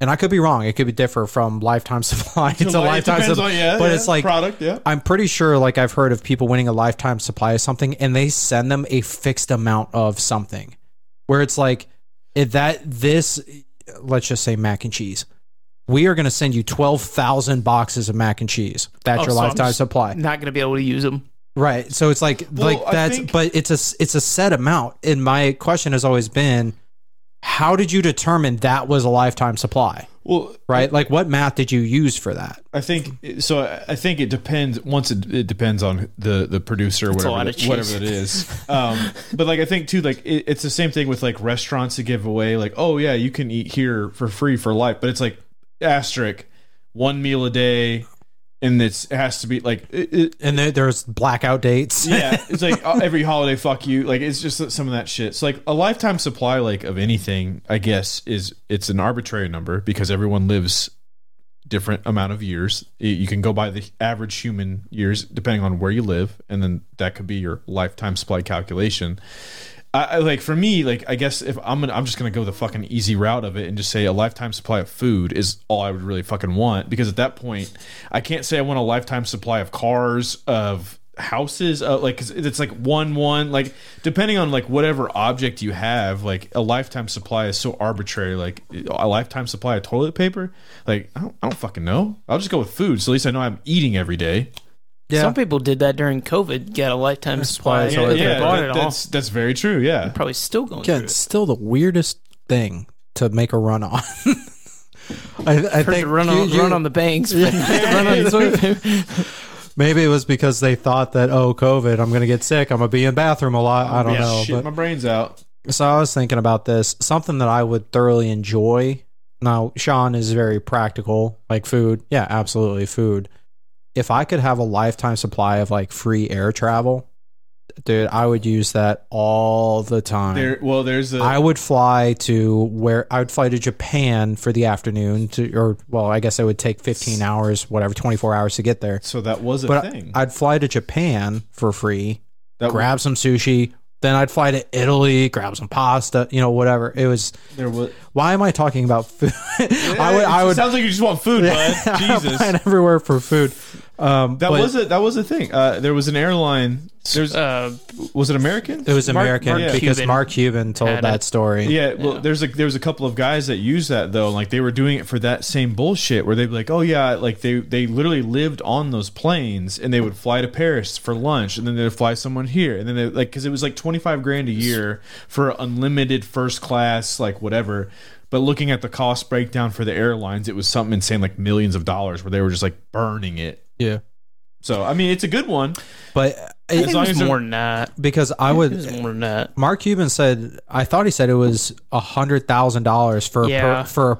D: and I could be wrong. It could be different from lifetime supply to, lifetime supply, but it's like
C: product. Yeah.
D: I'm pretty sure, like I've heard of people winning a lifetime supply of something, and they send them a fixed amount of something, where it's like if that this, let's just say mac and cheese. We are going to send you twelve thousand boxes of mac and cheese. That's
E: Oh,
D: your
E: so I'm
D: lifetime
E: s-
D: supply.
E: Not going to be able to use them.
D: Right. So it's like
C: Well, I
D: like that's
C: think-
D: but it's a s- it's a set amount. And my question has always been how did you determine that was a lifetime supply?
C: Well,
D: Right? Like what math did you use for that?
C: I think so. I- I think it depends. Once it, it depends on the the producer,
E: a
C: whatever
E: lot
C: that,
E: of
C: whatever it
E: cheese.
C: is. Um, but like I think too, like it, it's the same thing with like restaurants that give away, like oh yeah, you can eat here for free for life. But it's like asterisk one meal a day, and it's it has to be like it, it,
D: And there, there's blackout dates.
C: yeah, it's like uh, every holiday, fuck you. Like it's just some of that shit. So like a lifetime supply, like of anything, I guess is it's an arbitrary number because everyone lives different amount of years. Y- You can go by the average human years depending on where you live, and then that could be your lifetime supply calculation. I, I like for me, like I guess if I'm gonna, I'm just gonna go the fucking easy route of it and just say a lifetime supply of food is all I would really fucking want because at that point I can't say I want a lifetime supply of cars of houses uh, like 'cause it's like one one like depending on like whatever object you have like a lifetime supply is so arbitrary like a lifetime supply of toilet paper like I don't, I don't fucking know I'll just go with food so at least I know I'm eating every day
D: Yeah.
E: Some people did that during COVID, get a lifetime supply.
D: probably- So
E: if they
D: yeah,
E: bought
C: that-
E: it all.
C: that's that's very true yeah
E: Probably still going
D: Again,
E: through it.
D: still the weirdest thing to make a run on. I, I
E: Heard
D: think
E: to run
D: you-
E: on,
D: you-
E: run on the banks. run on the toilet paper.
D: maybe it was because they thought that oh COVID I'm gonna get sick I'm gonna be in bathroom a lot I don't
C: Yeah,
D: know
C: shit
D: but-
C: my brain's out
D: So I was thinking about this. Something that I would thoroughly enjoy Now, Sean is very practical, like food. Yeah, absolutely, food. If I could have a lifetime supply of like free air travel, dude, I would use that all the time.
C: There, well, there's a
D: I would fly to where I would fly to Japan for the afternoon to, or well, I guess it would take 15 hours, whatever, 24 hours to get there.
C: so that was a
D: But I,
C: thing.
D: I'd fly to Japan for free,
C: that
D: grab some sushi, then I'd fly to Italy, grab some pasta, you know, whatever. It was.
C: there was.
D: Why am I talking about food? I would.
C: Eh, It
D: I would.
C: Sounds like you just want food, bud. Jesus,
D: I'd fly everywhere for food. Um,
C: that
D: but
C: was a that was a thing. Uh, there was an airline. There's
E: Uh,
C: was it American?
D: It was
E: Mark-
D: American
E: Mark
D: because
E: Cuban
D: Mark Cuban told
E: had
D: that
E: it.
D: story.
C: Yeah, well, there's a there's a couple of guys that use that though. Like they were doing it for that same bullshit where they'd be like, oh yeah, like they they literally lived on those planes and they would fly to Paris for lunch and then they'd fly someone here and then they like because it was like twenty five grand a year for unlimited first class like whatever. But looking at the cost breakdown for the airlines, it was something insane like millions of dollars where they were just like burning it.
D: yeah.
C: So I mean, it's a good one.
D: But
E: I
D: it,
E: think
C: long as
E: it was
C: they're-
E: more than that.
D: because I
E: It was
D: would,
E: more than that.
D: Mark Cuban said, I thought he said it was a hundred thousand dollars for a
E: Yeah.
D: per, for a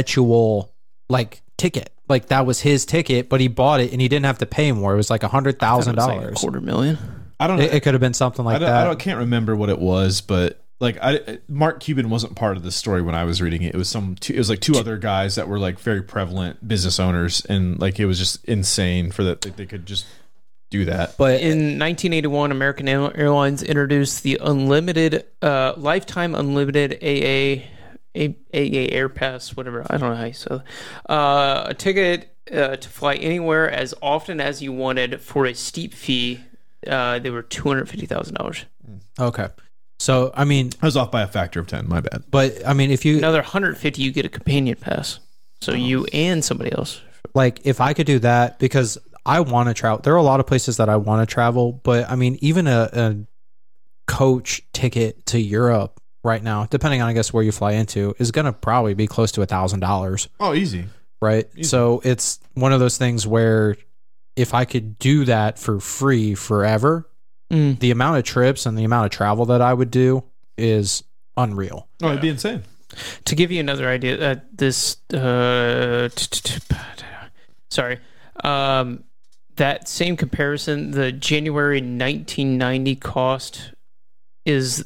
D: perpetual like ticket. Like that was his ticket, but he bought it and he didn't have to pay more. It was like a hundred thousand
E: It was like a
D: dollars.
E: quarter million.
C: I don't know.
D: It, it could have been something like
C: I don't,
D: that.
C: I don't can't remember what it was, but like I Mark Cuban wasn't part of this story when I was reading it. It was some two, it was like two other guys that were like very prevalent business owners, and like it was just insane for that that they could just do that.
D: but
E: In 1981, American Air- Airlines introduced the unlimited, uh, lifetime unlimited AA, A- AA Air Pass, whatever. I don't know how you say that. Uh, a ticket uh, to fly anywhere as often as you wanted for a steep fee. Uh, they were two hundred fifty thousand dollars.
D: okay, so I mean,
C: I was off by a factor of ten. My bad.
D: but I mean, if you
E: Another hundred fifty, you get a companion pass. So you and somebody else.
D: like if I could do that because I want to travel. There are a lot of places that I want to travel, but I mean, even a, a coach ticket to Europe right now, depending on I guess where you fly into, is going to probably be close to a thousand dollars,
C: Oh, easy.
D: right?
C: Easy.
D: So it's one of those things where if I could do that for free forever,
E: Mm.
D: the amount of trips and the amount of travel that I would do is unreal.
C: Oh, it'd be insane.
E: To give you another idea, uh, this uh, t- t- t- sorry, um, that same comparison, the January 1990 cost is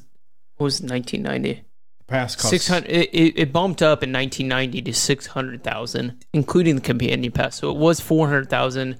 E: what was 1990
C: Pass costs
E: 600. It, it, it bumped up in 1990 to 600,000, including the companion pass. So it was 400,000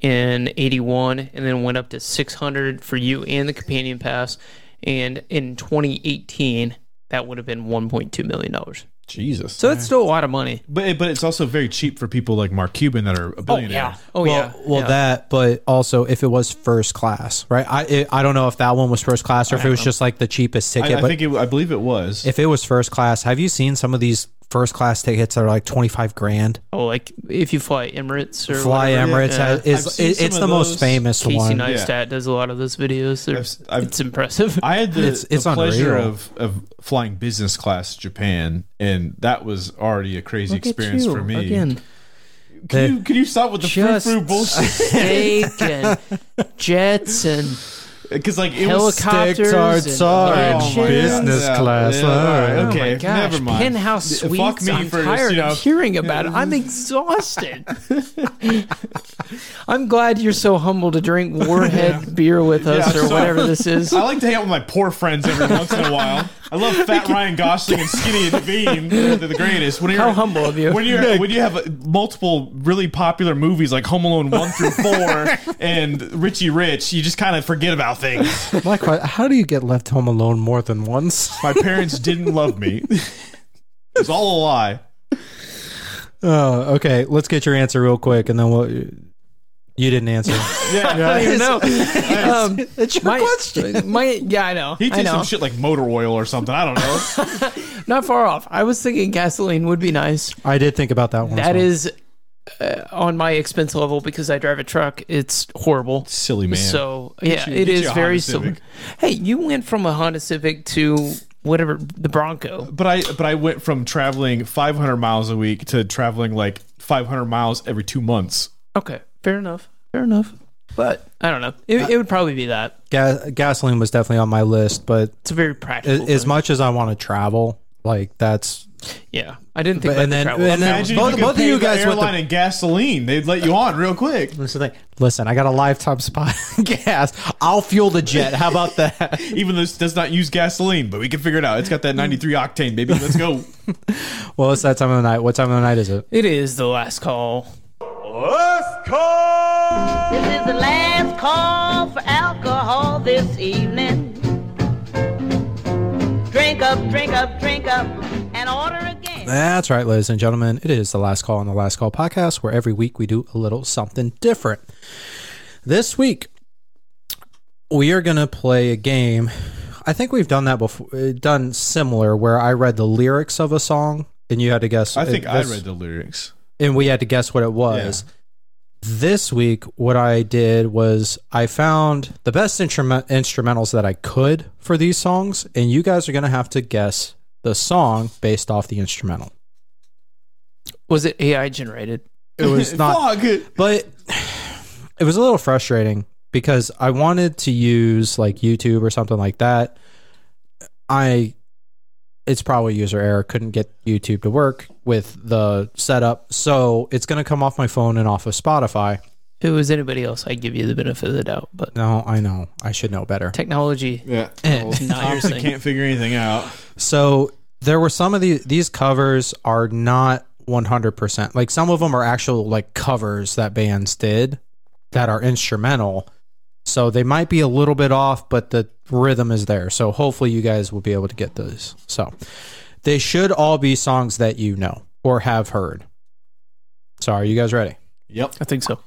E: in 81, and then went up to 600 for you and the companion pass. And in 2018, that would have been 1.2 million dollars.
C: Jesus.
E: So that's still a lot of money.
C: but but it's also very cheap for people like Mark Cuban that are a billionaire.
E: Oh yeah.
D: well, well, that, but also if it was first class, right? I it, I don't know if that one was first class or if it was just like the cheapest ticket.
C: I, I
D: but
C: think it, I believe it was.
D: if it was first class, have you seen some of these first class tickets that are like twenty five grand?
E: Oh, like if you fly Emirates or
D: Fly
E: whatever,
D: Emirates
E: yeah.
D: has,
C: I've
D: is
C: seen
D: it,
C: some
D: it's
C: of
D: the most
C: those.
D: famous
E: Casey
D: one.
E: Neistat does a lot of those videos. They're-
C: I've- I've-
E: it's impressive.
C: I had the,
D: It's- it's
C: the pleasure
D: unreal.
C: of, of flying business class to Japan, and that was already a crazy
E: Look at
C: experience
E: you
C: for me.
E: again.
D: They-
C: Can you, can you stop with the frou
E: Just
C: frou bullshit?
E: steak and jets and
C: Because like it was.
E: helicopters.
D: sticks are
E: and
D: sorry.
E: mansions.
D: Oh my Business
C: Yeah,
D: class,
C: yeah,
D: all right.
E: Oh my
C: Okay.
E: gosh,
C: Never mind.
E: Penthouse
C: Fuck
E: suites.
C: me
E: I'm
C: for,
E: tired
C: you know-
E: of hearing about it. I'm exhausted. I'm glad you're so humble to drink Warhead beer with us
C: Yeah,
E: or
C: so-
E: whatever this is.
C: I like to hang out with my poor friends every once in a while. I love Fat Ryan Gosling and Skinny and Bean. They're the greatest. When you're,
E: How humble of you.
C: When you when you have uh, multiple really popular movies like Home Alone one through four and Richie Rich, you just kind of forget about things.
D: My que- how do you get left home alone more than once?
C: My parents didn't love me. It's all a lie.
D: Uh, okay, let's get your answer real quick, and then we'll. You didn't answer.
C: Yeah.
E: I don't even know. Um,
D: it's your
E: my, my- yeah, I know.
C: He
E: I
C: did
E: know.
C: some shit like motor oil or something. I don't know.
E: Not far off. I was thinking gasoline would be nice.
D: I did think about that one. as
E: That
D: well.
E: is uh, on my expense level because I drive a truck. It's horrible.
C: Silly man.
E: So yeah,
C: you-
E: it
C: get you
E: is
C: a
E: very
C: Honda
E: similar.
C: Civic.
E: Hey, you went from a Honda Civic to whatever the Bronco.
C: But I but I went from traveling 500 miles a week to traveling like 500 miles every two months.
E: Okay, fair enough. Fair enough. But I don't know. It, it would probably be that.
D: Ga- gasoline was definitely on my list, but
E: It's a very practical.
D: as, as
E: thing.
D: much as I want to travel, Like that's
E: Yeah, I didn't think.
D: but, and then
E: about the
D: and then
E: travel.
C: Imagine
D: both,
C: you
D: both of you guys with
C: airline
D: the
C: and gasoline, they'd let you on real quick.
D: listen, like, listen, I got a lifetime supply of gas. I'll fuel the jet. How about that?
C: Even though this does not use gasoline, but we can figure it out. It's got that 93 octane, baby. Let's go.
D: well, it's that time of the night. What time of the night is it?
E: it is the last call.
A: Let's go!
B: This is the last call for alcohol this evening. Drink up, drink up, drink up, and order again.
D: That's right, ladies and gentlemen. It is the last call on the last call podcast, where every week we do a little something different. This week, we are going to play a game. I think we've done that before, done similar, where I read the lyrics of a song and you had to guess. uh,
C: I think I
D: this-
C: read the lyrics.
D: and we had to guess what it was. This week, what I did was I found the best instrument instrumentals that I could for these songs, and you guys are going to have to guess the song based off the instrumental.
E: Was it AI generated?
D: It was not
C: Fuck.
D: but it was a little frustrating because I wanted to use like YouTube or something like that. I it's probably user error couldn't get YouTube to work with the setup. So it's going to come off my phone and off of Spotify.
E: If it was anybody else, I'd give you the benefit of the doubt. But
D: No, I know. I should know better.
E: technology,
C: Yeah.
E: not your
C: Thompson
E: thing.
C: can't figure anything out.
D: So there were some of the these covers are not 100%. Like some of them are actual like covers that bands did that are instrumental. So they might be a little bit off, but the rhythm is there. So hopefully you guys will be able to get those. So they should all be songs that you know or have heard. So are you guys ready?
C: Yep.
E: I think so.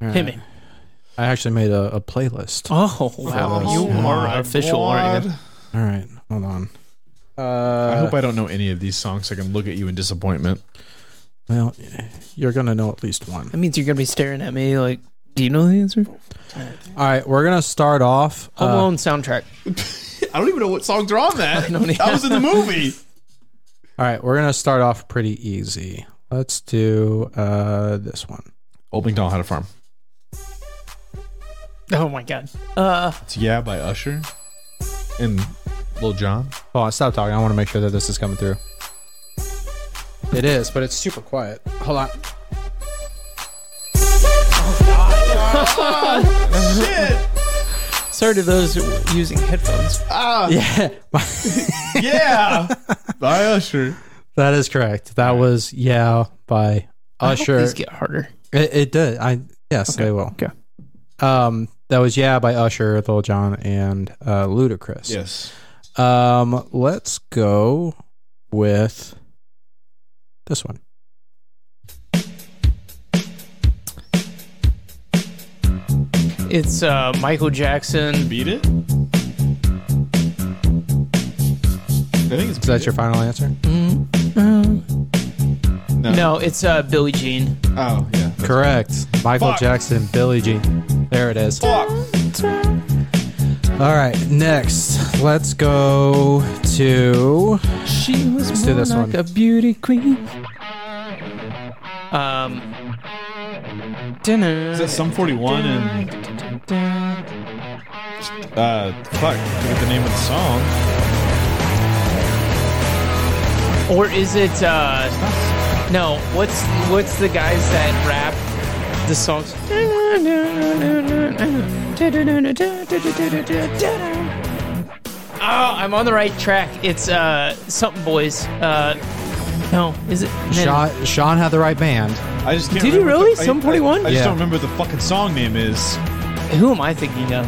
D: Uh,
E: Hit me.
D: I actually made a, a playlist.
E: Oh wow,
D: Oh,
E: you
C: my
E: are official, aren't you?
C: God.
D: All right, hold on.
C: I hope I don't know any of these songs. So I can look at you in disappointment.
D: Well, you're gonna know at least one.
E: That means you're gonna be staring at me like, do you know the answer? Home
D: All right, we're gonna start off. uh,
E: Alone soundtrack.
C: I don't even know what songs are on that.
E: don't either.
C: I was in the movie.
D: All right, we're gonna start off pretty easy. Let's do uh, this one.
C: Old MacDonald had a farm.
E: Oh my god. Uh,
C: It's Yeah by Usher and Lil Jon.
D: Hold on, stop talking. I want to make sure that this is coming through. It is, but it's super quiet. Hold on.
C: Shit.
E: sorry to those using headphones.
D: Yeah,
C: Yeah. by Usher.
D: that is correct. That was yeah by Usher.
E: These get harder.
D: it, it did. I yes, they will.
E: Okay.
D: Um, that was yeah by Usher, Lil Jon, and uh, Ludacris.
C: Yes.
D: Um, let's go with this one.
E: It's uh, Michael Jackson.
C: Beat it. I think it's
D: Is that your final answer?
E: Mm-hmm.
C: no.
E: No, it's uh, Billie Jean.
C: Oh yeah.
D: Correct. Michael
C: Fuck.
D: Jackson, Billie Jean. There it is. All
C: Fuck.
D: right, next, let's go to.
E: She was
D: do
E: more
D: this
E: like
D: one.
E: a beauty queen. Um, dinner.
C: Is that some 41 and uh fuck? I forget the name of the song.
E: Or is it? uh No. What's what's the guys that rap the songs? Oh, I'm on the right track. It's uh something boys. Uh, no, is it? man,
D: Sean, Sean had the right band.
C: I just can't.
E: Did you
C: remember
E: really?
C: The, I-
E: Sum
C: I-
E: 41?
C: I, just
D: Yeah.
C: don't remember what the fucking song name is.
E: Who am I thinking of?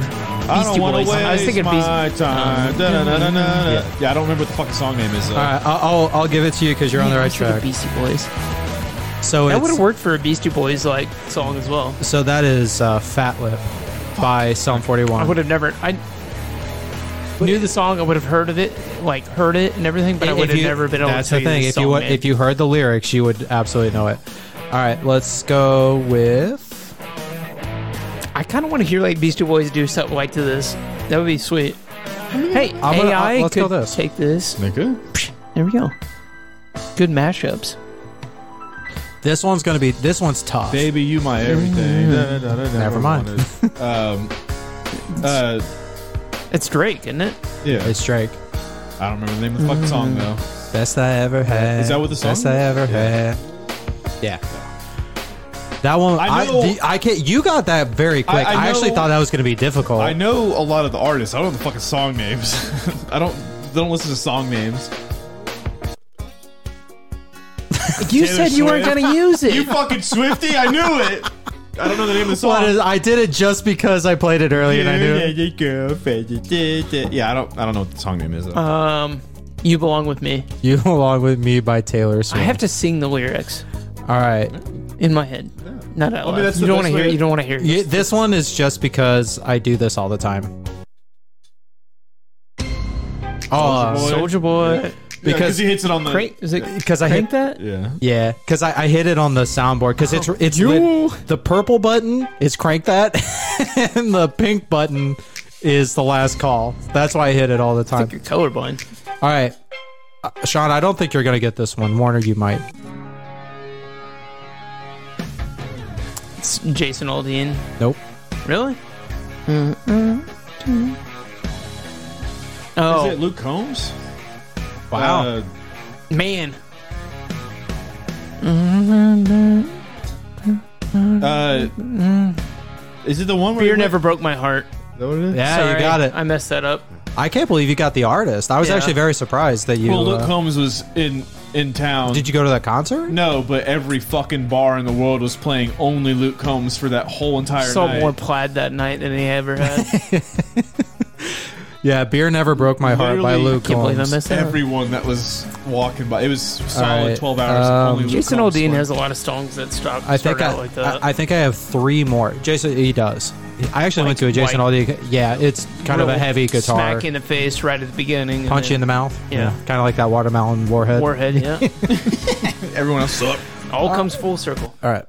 C: I don't
E: Beastie
C: want to
E: Boys.
C: waste
E: I was thinking
C: my
E: Beastie.
C: time. Da-na-na-na-na. Yeah. I don't remember what the fucking song name is. Though.
D: All right, I'll, I'll, I'll give it to you because you're on the
E: Yeah, I
D: right
E: should have
D: track.
E: Beastie Boys.
D: So
E: That would have
D: it's,
E: worked for a Beastie Boys like song as well.
D: so that is uh, Fat Lip by Psalm
E: I
D: 41.
E: would have never. I knew the song. I would have heard of it, like heard it and everything, but I
D: If
E: would have
D: you-
E: never been able
D: That's
E: to tell
D: the thing.
E: You
D: if you
E: song
D: wa-
E: name.
D: if you heard the lyrics, you would absolutely know it. All right, let's go with.
E: I kind of want to hear like Beastie Boys do something like to this. That would be sweet. Hey,
D: I'm gonna-
E: AI
D: uh, let's go
E: could
D: this.
E: take this.
C: Nigga?
E: There we go. Good mashups.
D: This one's gonna be. This one's tough.
C: Baby, you my everything. Da-da-da-da-da.
D: Never mind.
C: Wanted. um, uh,
E: It's Drake, isn't it?
C: yeah,
D: It's Drake.
C: I don't remember the name of the fucking song though.
D: Best I ever had.
C: Is that what the song
D: Best I
C: is?
D: ever
C: Yeah.
D: had. Yeah. That one,
C: I
D: I,
C: know-
D: the- I can't. You got that very quick. I,
C: I
D: actually
C: know-
D: thought that was going to be difficult.
C: I know a lot of the artists. I don't know the fucking song names. I don't don't listen to song names.
E: You
C: Taylor
E: said you weren't
C: Swift.
E: going to use
C: You
E: it.
C: fucking Swifty, I knew it. I don't know the name of the song.
D: What is, I did it just because I played it early and I knew. it.
C: Yeah, I don't. I don't know what the song name is. Though.
E: um, you belong with me.
D: You Belong With Me by Taylor
E: I
D: Swift.
E: have to sing the lyrics
D: All right.
E: in my head, not out
C: I mean,
E: loud.
C: that's
E: you
C: the best
E: don't want to hear.
C: way-
E: You don't want to hear. it.
D: You- this one is just because I do this all the time. Oh,
C: Boy.
E: Soldier Boy.
C: Yeah,
D: because-
C: he hits it on the.
E: Crank is it?
D: because I hit
E: Crank that.
C: Yeah.
D: Yeah, because I, I hit it on the soundboard because it's it's
E: You-
D: lit- the purple button is crank that, and the pink button is the last call. That's why I hit it all the
E: I think
D: time.
E: you're colorblind.
D: All right, uh, Sean, I don't think you're gonna get this one. Warner, you might.
E: It's Jason Aldean.
D: Nope.
E: Really? Oh
C: Is it Luke Combs?
D: Wow.
C: Uh,
E: man,
C: uh, is it the one where
E: beer
C: he went-
E: never broke my heart.
C: Is that what it is?
D: yeah, Ah, you
E: Sorry,
D: got it.
E: I messed that up.
D: I can't believe you got the artist. I was
E: Yeah.
D: actually very surprised that you.
C: Well, Luke
D: uh,
C: Combs was in in town.
D: did you go to that concert?
C: No, but every fucking bar in the world was playing only Luke Combs for that whole entire
E: Saw
C: night.
E: more plaid that night than he ever had.
D: Yeah, beer never broke my heart by
C: Literally-
D: Luke
E: Can't believe I
D: Combs.
E: missed that.
C: Everyone that was walking by, it was solid
D: right,
C: twelve hours.
D: um,
C: only Luke
E: Jason
C: Combs
E: Aldean
C: playing.
E: has a lot of songs that stop.
D: I think I,
E: out like that.
D: I, I think I have three more. Jason, he does. I actually went to a Jason
E: like-
D: Aldean. Yeah, it's kind of a
E: Real
D: heavy guitar,
E: Smack in the face right at the beginning. and
D: punch you in the
E: then
D: mouth.
E: Yeah.
D: kind of like that watermelon warhead.
E: forehead. Yeah,
C: Everyone else sucked.
E: all comes full circle.
D: All right.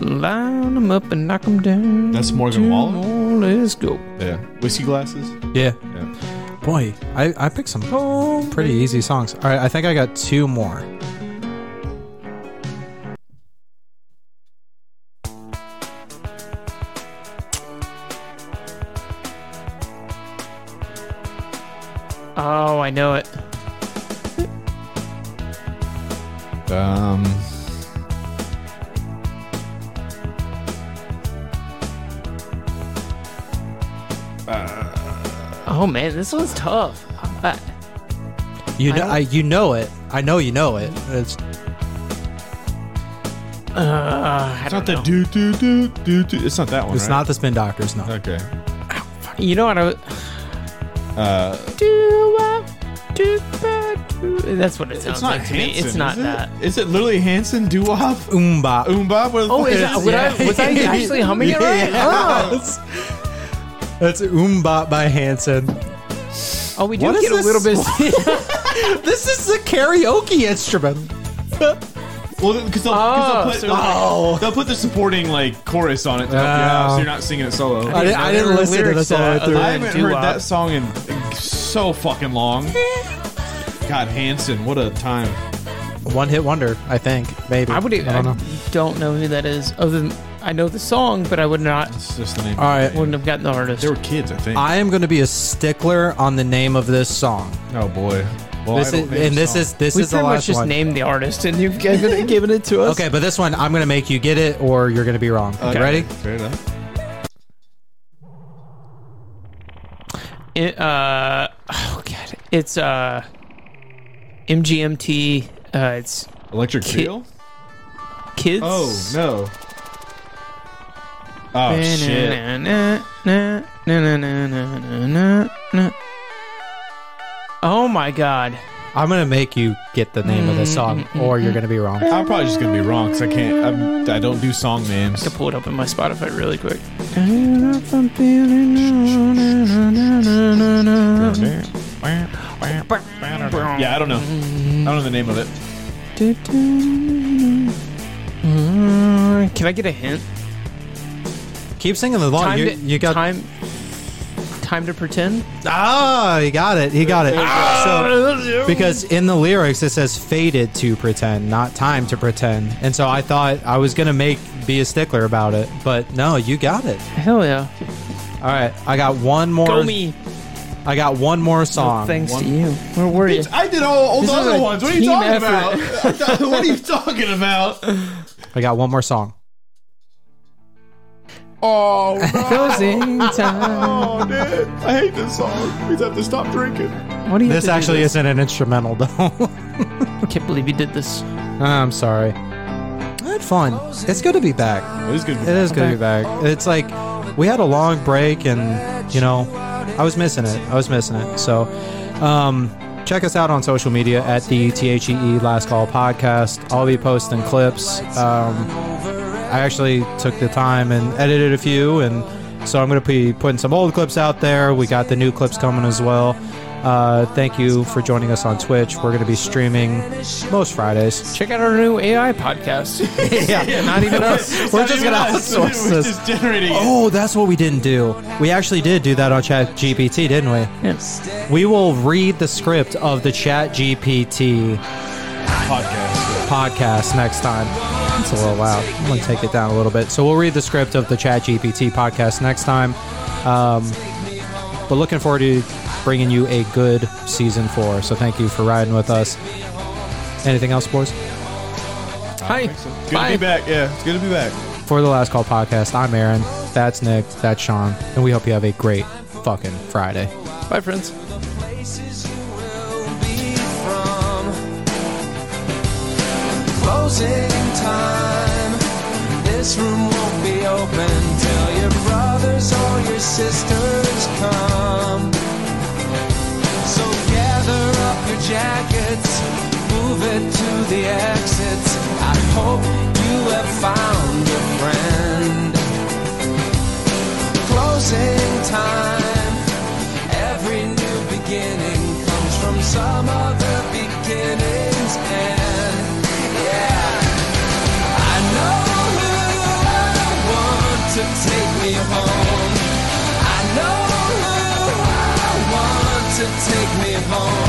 E: Line them up and knock them down.
C: That's
D: Mm,
C: Morgan Wallen.
E: Oh, let's go.
C: Yeah, whiskey glasses.
D: Yeah.
C: Yeah.
D: Boy, I, I picked some pretty easy songs. All right, I think I got two more.
E: Oh, I know it.
C: Um.
E: Oh man, this one's tough. I,
D: You
E: I
D: know,
E: don't-
D: I, you know it. I know you know it. It's
E: uh, I
C: It's
E: don't
C: not
E: know.
C: the do do do do do. It's not that one.
D: it's
C: right?
D: not the Spin Doctors. No.
C: Okay.
E: You know what? I was,
C: Uh,
E: do I do bad? Do, that's what it sounds
C: it's not
E: like to me.
C: Hanson.
E: It's not
C: is it?
E: that.
C: Is it literally Hanson Duwop?
D: Oomba.
C: Oombop? What the
E: Oh,
C: fuck
E: is that,
D: Yes,
E: would
D: yeah.
E: I, was I actually humming it right? Oh.
D: Yes. That's Oombop by Hanson.
E: Oh, we do
D: What is
E: get a
D: this?
E: little bit.
D: This is the karaoke instrument.
C: Well, because they'll,
E: Oh,
C: 'cause
E: so-
C: they'll, put,
D: Oh.
C: they'll, they'll put the supporting like chorus on it to help you out, so
D: Oh.
C: you're not singing it solo.
D: I, didn't, I didn't listen to this all
E: uh,
D: the way through.
C: I haven't heard
E: Doo-wop.
C: that song in, in so fucking long. God, Hanson, what a time!
D: One hit wonder, I think. Maybe.
E: I would. I
D: don't know.
E: don't know who that is. Other than I know the song, but I would not
C: It's just the name.
D: All right.
E: wouldn't have gotten the artist.
C: They were kids, I think.
D: I am going to be a stickler on the name of this song.
C: oh boy. Well,
D: This
C: I don't think
D: is, and
C: the
D: this
C: song-
D: is this
E: we
D: is the
E: pretty much
D: last
E: just
D: one.
E: named the artist, and you've given it, given it to us.
D: okay, but this one I'm going to make you get it, or you're going to be wrong.
C: Okay,
D: Ready?
C: Fair enough.
E: It, uh, oh god, it's uh, MGMT. Uh, it's
C: Electric
E: Ki-
C: Feel?
E: kids.
C: Oh no. Oh shit.
E: Oh my god.
D: I'm going to make you get the name of the
E: Mm,
D: song, or you're going to be wrong.
C: I'm probably just gonna be wrong because I can't. I'm, I don't do song names.
E: I pull it up in my Spotify really quick.
C: Yeah, I don't know. I don't know the name of it.
E: Mm, Can I get a hint?
D: Keep singing along.
E: time
D: You,
E: to,
D: you got
E: time. Time to pretend.
D: Ah, he got it. He got it. Ah. So, because in the lyrics it says "faded to pretend," not "time to pretend," and so I thought I was gonna make be a stickler about it, but no, you got it.
E: Hell yeah.
D: All right, I got one more.
E: Go me.
D: I got one more song.
E: Thanks to you. Where were you?
C: I did all, all the
E: This is
C: other
E: a
C: ones. What are you
E: team
C: talking
E: effort.
C: about? what are you talking about?
D: I got one more song.
C: Oh,
E: Closing
C: no,
E: time.
C: dude. I hate this song. We have to stop drinking.
E: What do you
D: This
E: have to do
D: actually
E: this?
D: isn't an instrumental though.
E: I can't believe you did this.
D: Ah, I'm sorry. I had fun. It's good to be back.
C: It is good.
D: It is good to be back. It's like we had a long break, and you know, I was missing it. I was missing it. So, um, check us out on social media at the THEE E Last Call Podcast. I'll be posting clips. Um, I actually took the time and edited a few, and so I'm going to be putting some old clips out there. We got the new clips coming as well. Uh, thank you for joining us on Twitch. We're going to be streaming most Fridays.
E: Check out our new AI podcast.
D: yeah, not even us. We're just gonna outsource
C: We're
D: this.
C: just generating it.
D: Oh, that's what we didn't do. We actually did do that on Chat GPT, didn't we?
E: yes.
D: We will read the script of the Chat GPT
C: podcast.
D: podcast next time. It's a little loud. I'm gonna take it down a little bit. So we'll read the script of the Chat GPT podcast next time. Um, but looking forward to bringing you a good season four. So thank you for riding with us. Anything else, boys?
E: Hi.
C: Good
E: Bye.
C: to be back. Yeah, it's good to be back.
D: For the Last Call podcast, I'm Aaron. That's Nick. That's Sean. And we hope you have a great fucking Friday.
E: Bye, friends.
A: places you will be from. Closing time. This room won't be open till your brothers or your sisters come. So gather up your jackets, move it to the exits. I hope you have found a friend. Closing time. Every new beginning comes from some other beginning's end. Yeah, I know who I want to take me home. I know who I want to take me home.